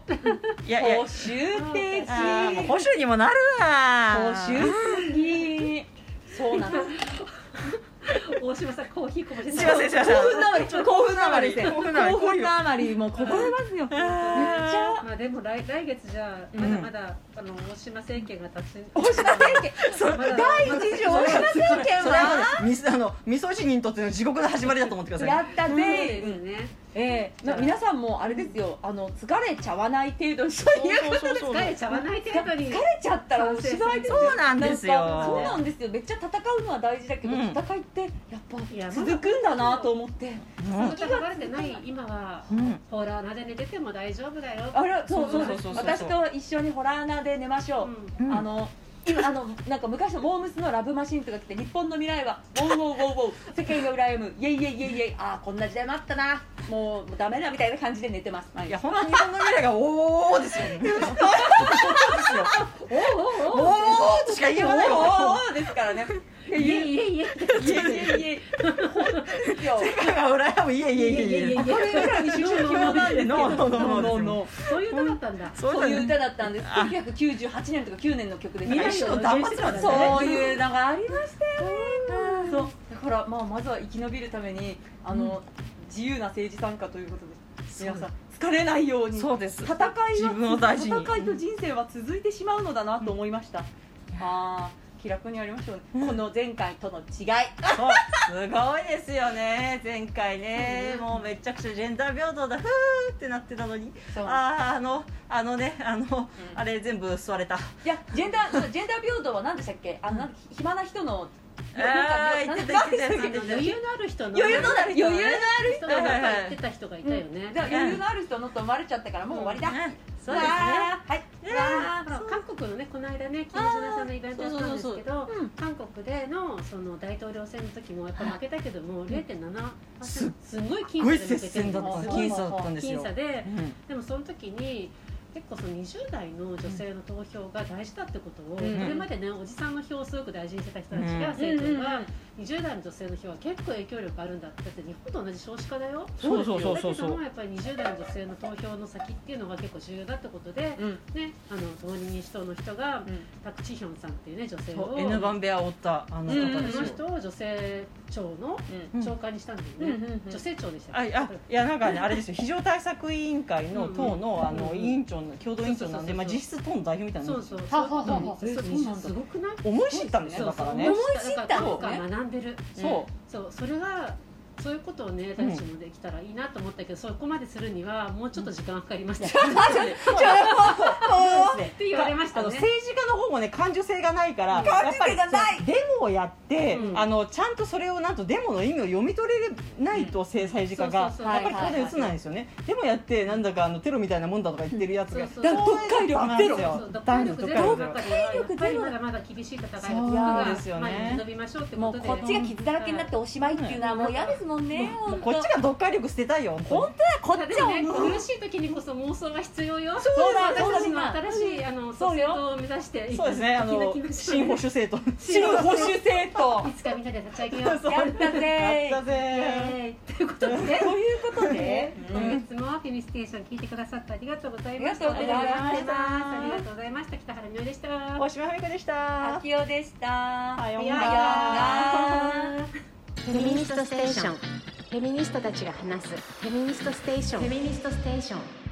[SPEAKER 2] いやいや
[SPEAKER 3] 補修的
[SPEAKER 2] あーもう保守にもなるわ
[SPEAKER 3] 補修的そうなの。
[SPEAKER 1] 大島さんコーヒーこぼして
[SPEAKER 5] すいませんすいません
[SPEAKER 3] 興奮なまり興奮なまり
[SPEAKER 5] 興奮なまり
[SPEAKER 3] 興奮なまりもうこぼれますよめっちゃ
[SPEAKER 1] まあでも来来月じゃあまだまだ、あの大島政権が立ち
[SPEAKER 3] 大島政権
[SPEAKER 1] まだ
[SPEAKER 3] 第一次大島政権
[SPEAKER 2] それ
[SPEAKER 3] は
[SPEAKER 2] はねみあの味噌汁にとっての地獄の始まりだと思ってくださ
[SPEAKER 3] や
[SPEAKER 2] い
[SPEAKER 3] った
[SPEAKER 1] そうで
[SPEAKER 3] ぜ、
[SPEAKER 1] すね、
[SPEAKER 3] ええな皆さんもあれですよあの疲れちゃわない程度にそういう
[SPEAKER 5] そうそうそう
[SPEAKER 1] 疲れちゃわない程度に
[SPEAKER 3] 疲れちゃったらおしまいですよ
[SPEAKER 5] そうなんですよ
[SPEAKER 3] なんかそうなんですよめっちゃ戦うのは大事だけど、
[SPEAKER 5] うん
[SPEAKER 3] 戦いってやっ
[SPEAKER 1] いやま
[SPEAKER 3] ぱ
[SPEAKER 1] あ
[SPEAKER 3] 続くんだなと思って
[SPEAKER 1] その気がれてない今は
[SPEAKER 5] うんうん
[SPEAKER 1] ほらなで寝てても大丈夫だよ
[SPEAKER 3] あれそうそう
[SPEAKER 2] そう
[SPEAKER 3] そ
[SPEAKER 2] そううそうそう
[SPEAKER 3] 私と一緒にホラー穴で寝ましょう、
[SPEAKER 1] う
[SPEAKER 5] うん
[SPEAKER 3] あの今あのなんか昔のモームスのラブマシンとか来て日本の未来はウォウウォウウォウウォウ世間が羨むイェイイェイイェイイェイああこんな時代もあったなもうもうダメだみたいな感じで寝てます毎
[SPEAKER 2] い
[SPEAKER 3] 日
[SPEAKER 2] や本当に日本の未来がおおですよね
[SPEAKER 3] おーおー
[SPEAKER 2] お
[SPEAKER 3] おー
[SPEAKER 2] おとしか言いようがな い
[SPEAKER 3] おーお
[SPEAKER 2] よ
[SPEAKER 3] ーですからね
[SPEAKER 1] んいえいえいえ
[SPEAKER 3] いえ いえいえ本当ですよ
[SPEAKER 2] 世界が羨むいえいえいえいえ
[SPEAKER 3] これぐらいに宗教なんですけど
[SPEAKER 5] ノーノーノーノー
[SPEAKER 1] そういう歌だったんだ
[SPEAKER 5] そ
[SPEAKER 3] そう
[SPEAKER 5] う
[SPEAKER 3] い
[SPEAKER 5] いうう歌
[SPEAKER 3] 歌だったんです1998年とか9年の曲です
[SPEAKER 1] 未来
[SPEAKER 2] 史
[SPEAKER 1] を
[SPEAKER 2] の断末魔だね
[SPEAKER 3] そういうのがありましたよねそうだから、まあ、まずは生き延びるためにあの、自由な政治参加ということです皆さん疲れないように
[SPEAKER 5] そうです
[SPEAKER 3] 戦いは
[SPEAKER 5] 自分を大事に
[SPEAKER 3] 戦いと人生は続いてしまうのだなと思いました、あー気楽にやりましょうね、この前回との違い
[SPEAKER 5] そうすごいですよね前回ねもうめちゃくちゃジェンダー平等だふーってなってたのに
[SPEAKER 3] そう
[SPEAKER 5] あああのあのねあの、あれ全部吸われた
[SPEAKER 3] いやジェンダージェンダー平等は何でしたっけあのなんか暇な人の
[SPEAKER 5] あー
[SPEAKER 3] なんか
[SPEAKER 5] 言ってた言ってた
[SPEAKER 3] なんで
[SPEAKER 5] 言ってた
[SPEAKER 3] したっけ
[SPEAKER 1] 余裕のある人の
[SPEAKER 3] 余裕のある人
[SPEAKER 5] 余裕の
[SPEAKER 1] 人が言ってた人がいたよね、
[SPEAKER 3] だから余裕のある人のと思われちゃったからもう終わりだ、
[SPEAKER 5] うんそう
[SPEAKER 3] わ
[SPEAKER 5] ですね
[SPEAKER 3] ーはいわー
[SPEAKER 1] ほら韓国のねこの間ね金正男さんのイベントやったんですけど
[SPEAKER 3] うん
[SPEAKER 1] 韓国でのその大統領選の時もやっぱ負けたけども0.7
[SPEAKER 2] すっ
[SPEAKER 1] すごい
[SPEAKER 2] す
[SPEAKER 1] 僅
[SPEAKER 2] ごい
[SPEAKER 1] 差で負けて
[SPEAKER 2] 接
[SPEAKER 1] る
[SPEAKER 2] 戦だった
[SPEAKER 3] そう
[SPEAKER 2] 僅差だったんです
[SPEAKER 1] 僅
[SPEAKER 2] よ
[SPEAKER 1] 差で
[SPEAKER 2] うん
[SPEAKER 1] でもその時に結構その20代の女性の投票が大事だってことを、
[SPEAKER 3] うん
[SPEAKER 1] これまでねおじさんの票をすごく大事にしてた人たちが、
[SPEAKER 5] うん
[SPEAKER 1] 政党
[SPEAKER 3] う
[SPEAKER 1] が
[SPEAKER 3] ん
[SPEAKER 1] 20代の女性の票は結構影響力あるんだってだって日本と同じ少子化だよ
[SPEAKER 5] そうそうそうそう
[SPEAKER 1] だけどもやっぱり20代の女性の投票の先っていうのが結構重要だってことで、
[SPEAKER 3] うん
[SPEAKER 1] ね、あの共に民主党の人が
[SPEAKER 3] うん
[SPEAKER 1] パク・チヒョンさんっていうね女性
[SPEAKER 2] そ
[SPEAKER 1] を
[SPEAKER 2] う N 番部屋を追ったあの
[SPEAKER 3] うん
[SPEAKER 2] 方
[SPEAKER 1] そ
[SPEAKER 2] で
[SPEAKER 1] の
[SPEAKER 2] すよ
[SPEAKER 1] 人を女性庁の長官にしたんだ
[SPEAKER 3] う
[SPEAKER 1] よね、
[SPEAKER 3] ん
[SPEAKER 1] 女性庁でした
[SPEAKER 2] あ
[SPEAKER 1] っ
[SPEAKER 2] い
[SPEAKER 1] け
[SPEAKER 2] やいやなんかねあれですよ非常対策委員会の党のあ
[SPEAKER 1] う
[SPEAKER 2] の
[SPEAKER 1] ん
[SPEAKER 2] 委員長の共同委員長なん
[SPEAKER 1] そうそう
[SPEAKER 2] で
[SPEAKER 1] そうそう
[SPEAKER 2] まあ実質党の代表みたいな
[SPEAKER 1] そ
[SPEAKER 2] もん
[SPEAKER 1] う
[SPEAKER 2] です
[SPEAKER 1] そ
[SPEAKER 2] よ
[SPEAKER 1] う
[SPEAKER 3] はあはあはあ
[SPEAKER 1] そういう
[SPEAKER 3] そうなんだ
[SPEAKER 1] すごくない
[SPEAKER 2] 思い知ったんです
[SPEAKER 1] そ
[SPEAKER 2] よ
[SPEAKER 1] う
[SPEAKER 2] だ
[SPEAKER 1] そ
[SPEAKER 2] か
[SPEAKER 1] う
[SPEAKER 2] ら
[SPEAKER 1] 思
[SPEAKER 2] ね
[SPEAKER 1] い知った
[SPEAKER 3] た
[SPEAKER 1] の
[SPEAKER 3] のね
[SPEAKER 1] ね学んでる
[SPEAKER 2] そう
[SPEAKER 1] そうそれがそういうことをね私たちもできたらいいなと思ったけど、そこまでするにはもうちょっと時間かかりました、って言われました
[SPEAKER 2] あの
[SPEAKER 1] ね
[SPEAKER 2] 政治家の方もね感受性がないから、
[SPEAKER 1] うん
[SPEAKER 2] やっぱ
[SPEAKER 3] 感受性
[SPEAKER 2] り
[SPEAKER 3] がない
[SPEAKER 2] そうデモをやって、
[SPEAKER 1] うん
[SPEAKER 2] あのちゃんとそれをなんとデモの意味を読み取れないと、政政治家が、
[SPEAKER 1] そうそうそう
[SPEAKER 2] やっぱりここで映らないんですよね、デモやってなんだかあのテロみたいなもんだとか言ってるやつが、
[SPEAKER 1] そうそう
[SPEAKER 2] だから読解力なんですよ
[SPEAKER 1] そう読解力ゼロばかりはやっ
[SPEAKER 3] 読
[SPEAKER 1] ぱ
[SPEAKER 3] 解
[SPEAKER 1] り
[SPEAKER 3] 力ゼロ
[SPEAKER 1] まだまだ厳しい戦いが
[SPEAKER 2] そう
[SPEAKER 1] こ
[SPEAKER 2] なん
[SPEAKER 1] が
[SPEAKER 2] ですよね
[SPEAKER 1] 前に伸びましょうって
[SPEAKER 3] も
[SPEAKER 1] こ
[SPEAKER 3] う
[SPEAKER 1] とで
[SPEAKER 3] こっちが傷だらけになっておしまいっていうのはもう嫌ですもんね本当
[SPEAKER 2] こっちが読解力捨てたいよ
[SPEAKER 3] 本当だこっち
[SPEAKER 1] で
[SPEAKER 3] は
[SPEAKER 1] もね
[SPEAKER 3] もう
[SPEAKER 1] 苦しい時にこそ妄想が必要よ
[SPEAKER 3] そうだ
[SPEAKER 1] 私たち
[SPEAKER 3] そうだ
[SPEAKER 1] の新しいあの
[SPEAKER 3] そうよ
[SPEAKER 1] 政党を目指して
[SPEAKER 2] そうですねあの
[SPEAKER 1] キラキラし
[SPEAKER 2] 新保守政党
[SPEAKER 3] 新保守政党
[SPEAKER 1] いつかみんなで立ち上げよ う
[SPEAKER 2] そう
[SPEAKER 3] やったぜ
[SPEAKER 2] や
[SPEAKER 1] イ
[SPEAKER 2] ったぜ
[SPEAKER 1] エーイということで
[SPEAKER 3] ということで
[SPEAKER 1] ね
[SPEAKER 2] うん
[SPEAKER 1] 今月もフェミステーション聞いてくださってありがとうございました。
[SPEAKER 3] ありがとうございました
[SPEAKER 1] ありがとうございました。北原美代でした。
[SPEAKER 2] 大島文子でした
[SPEAKER 3] 秋代でした
[SPEAKER 2] さよ
[SPEAKER 1] さよ
[SPEAKER 2] う
[SPEAKER 1] う
[SPEAKER 2] な
[SPEAKER 1] な
[SPEAKER 2] ら
[SPEAKER 1] ら
[SPEAKER 6] フェミニストステーションフェミニストたちが話すフェミニストステーションフェミニストステーション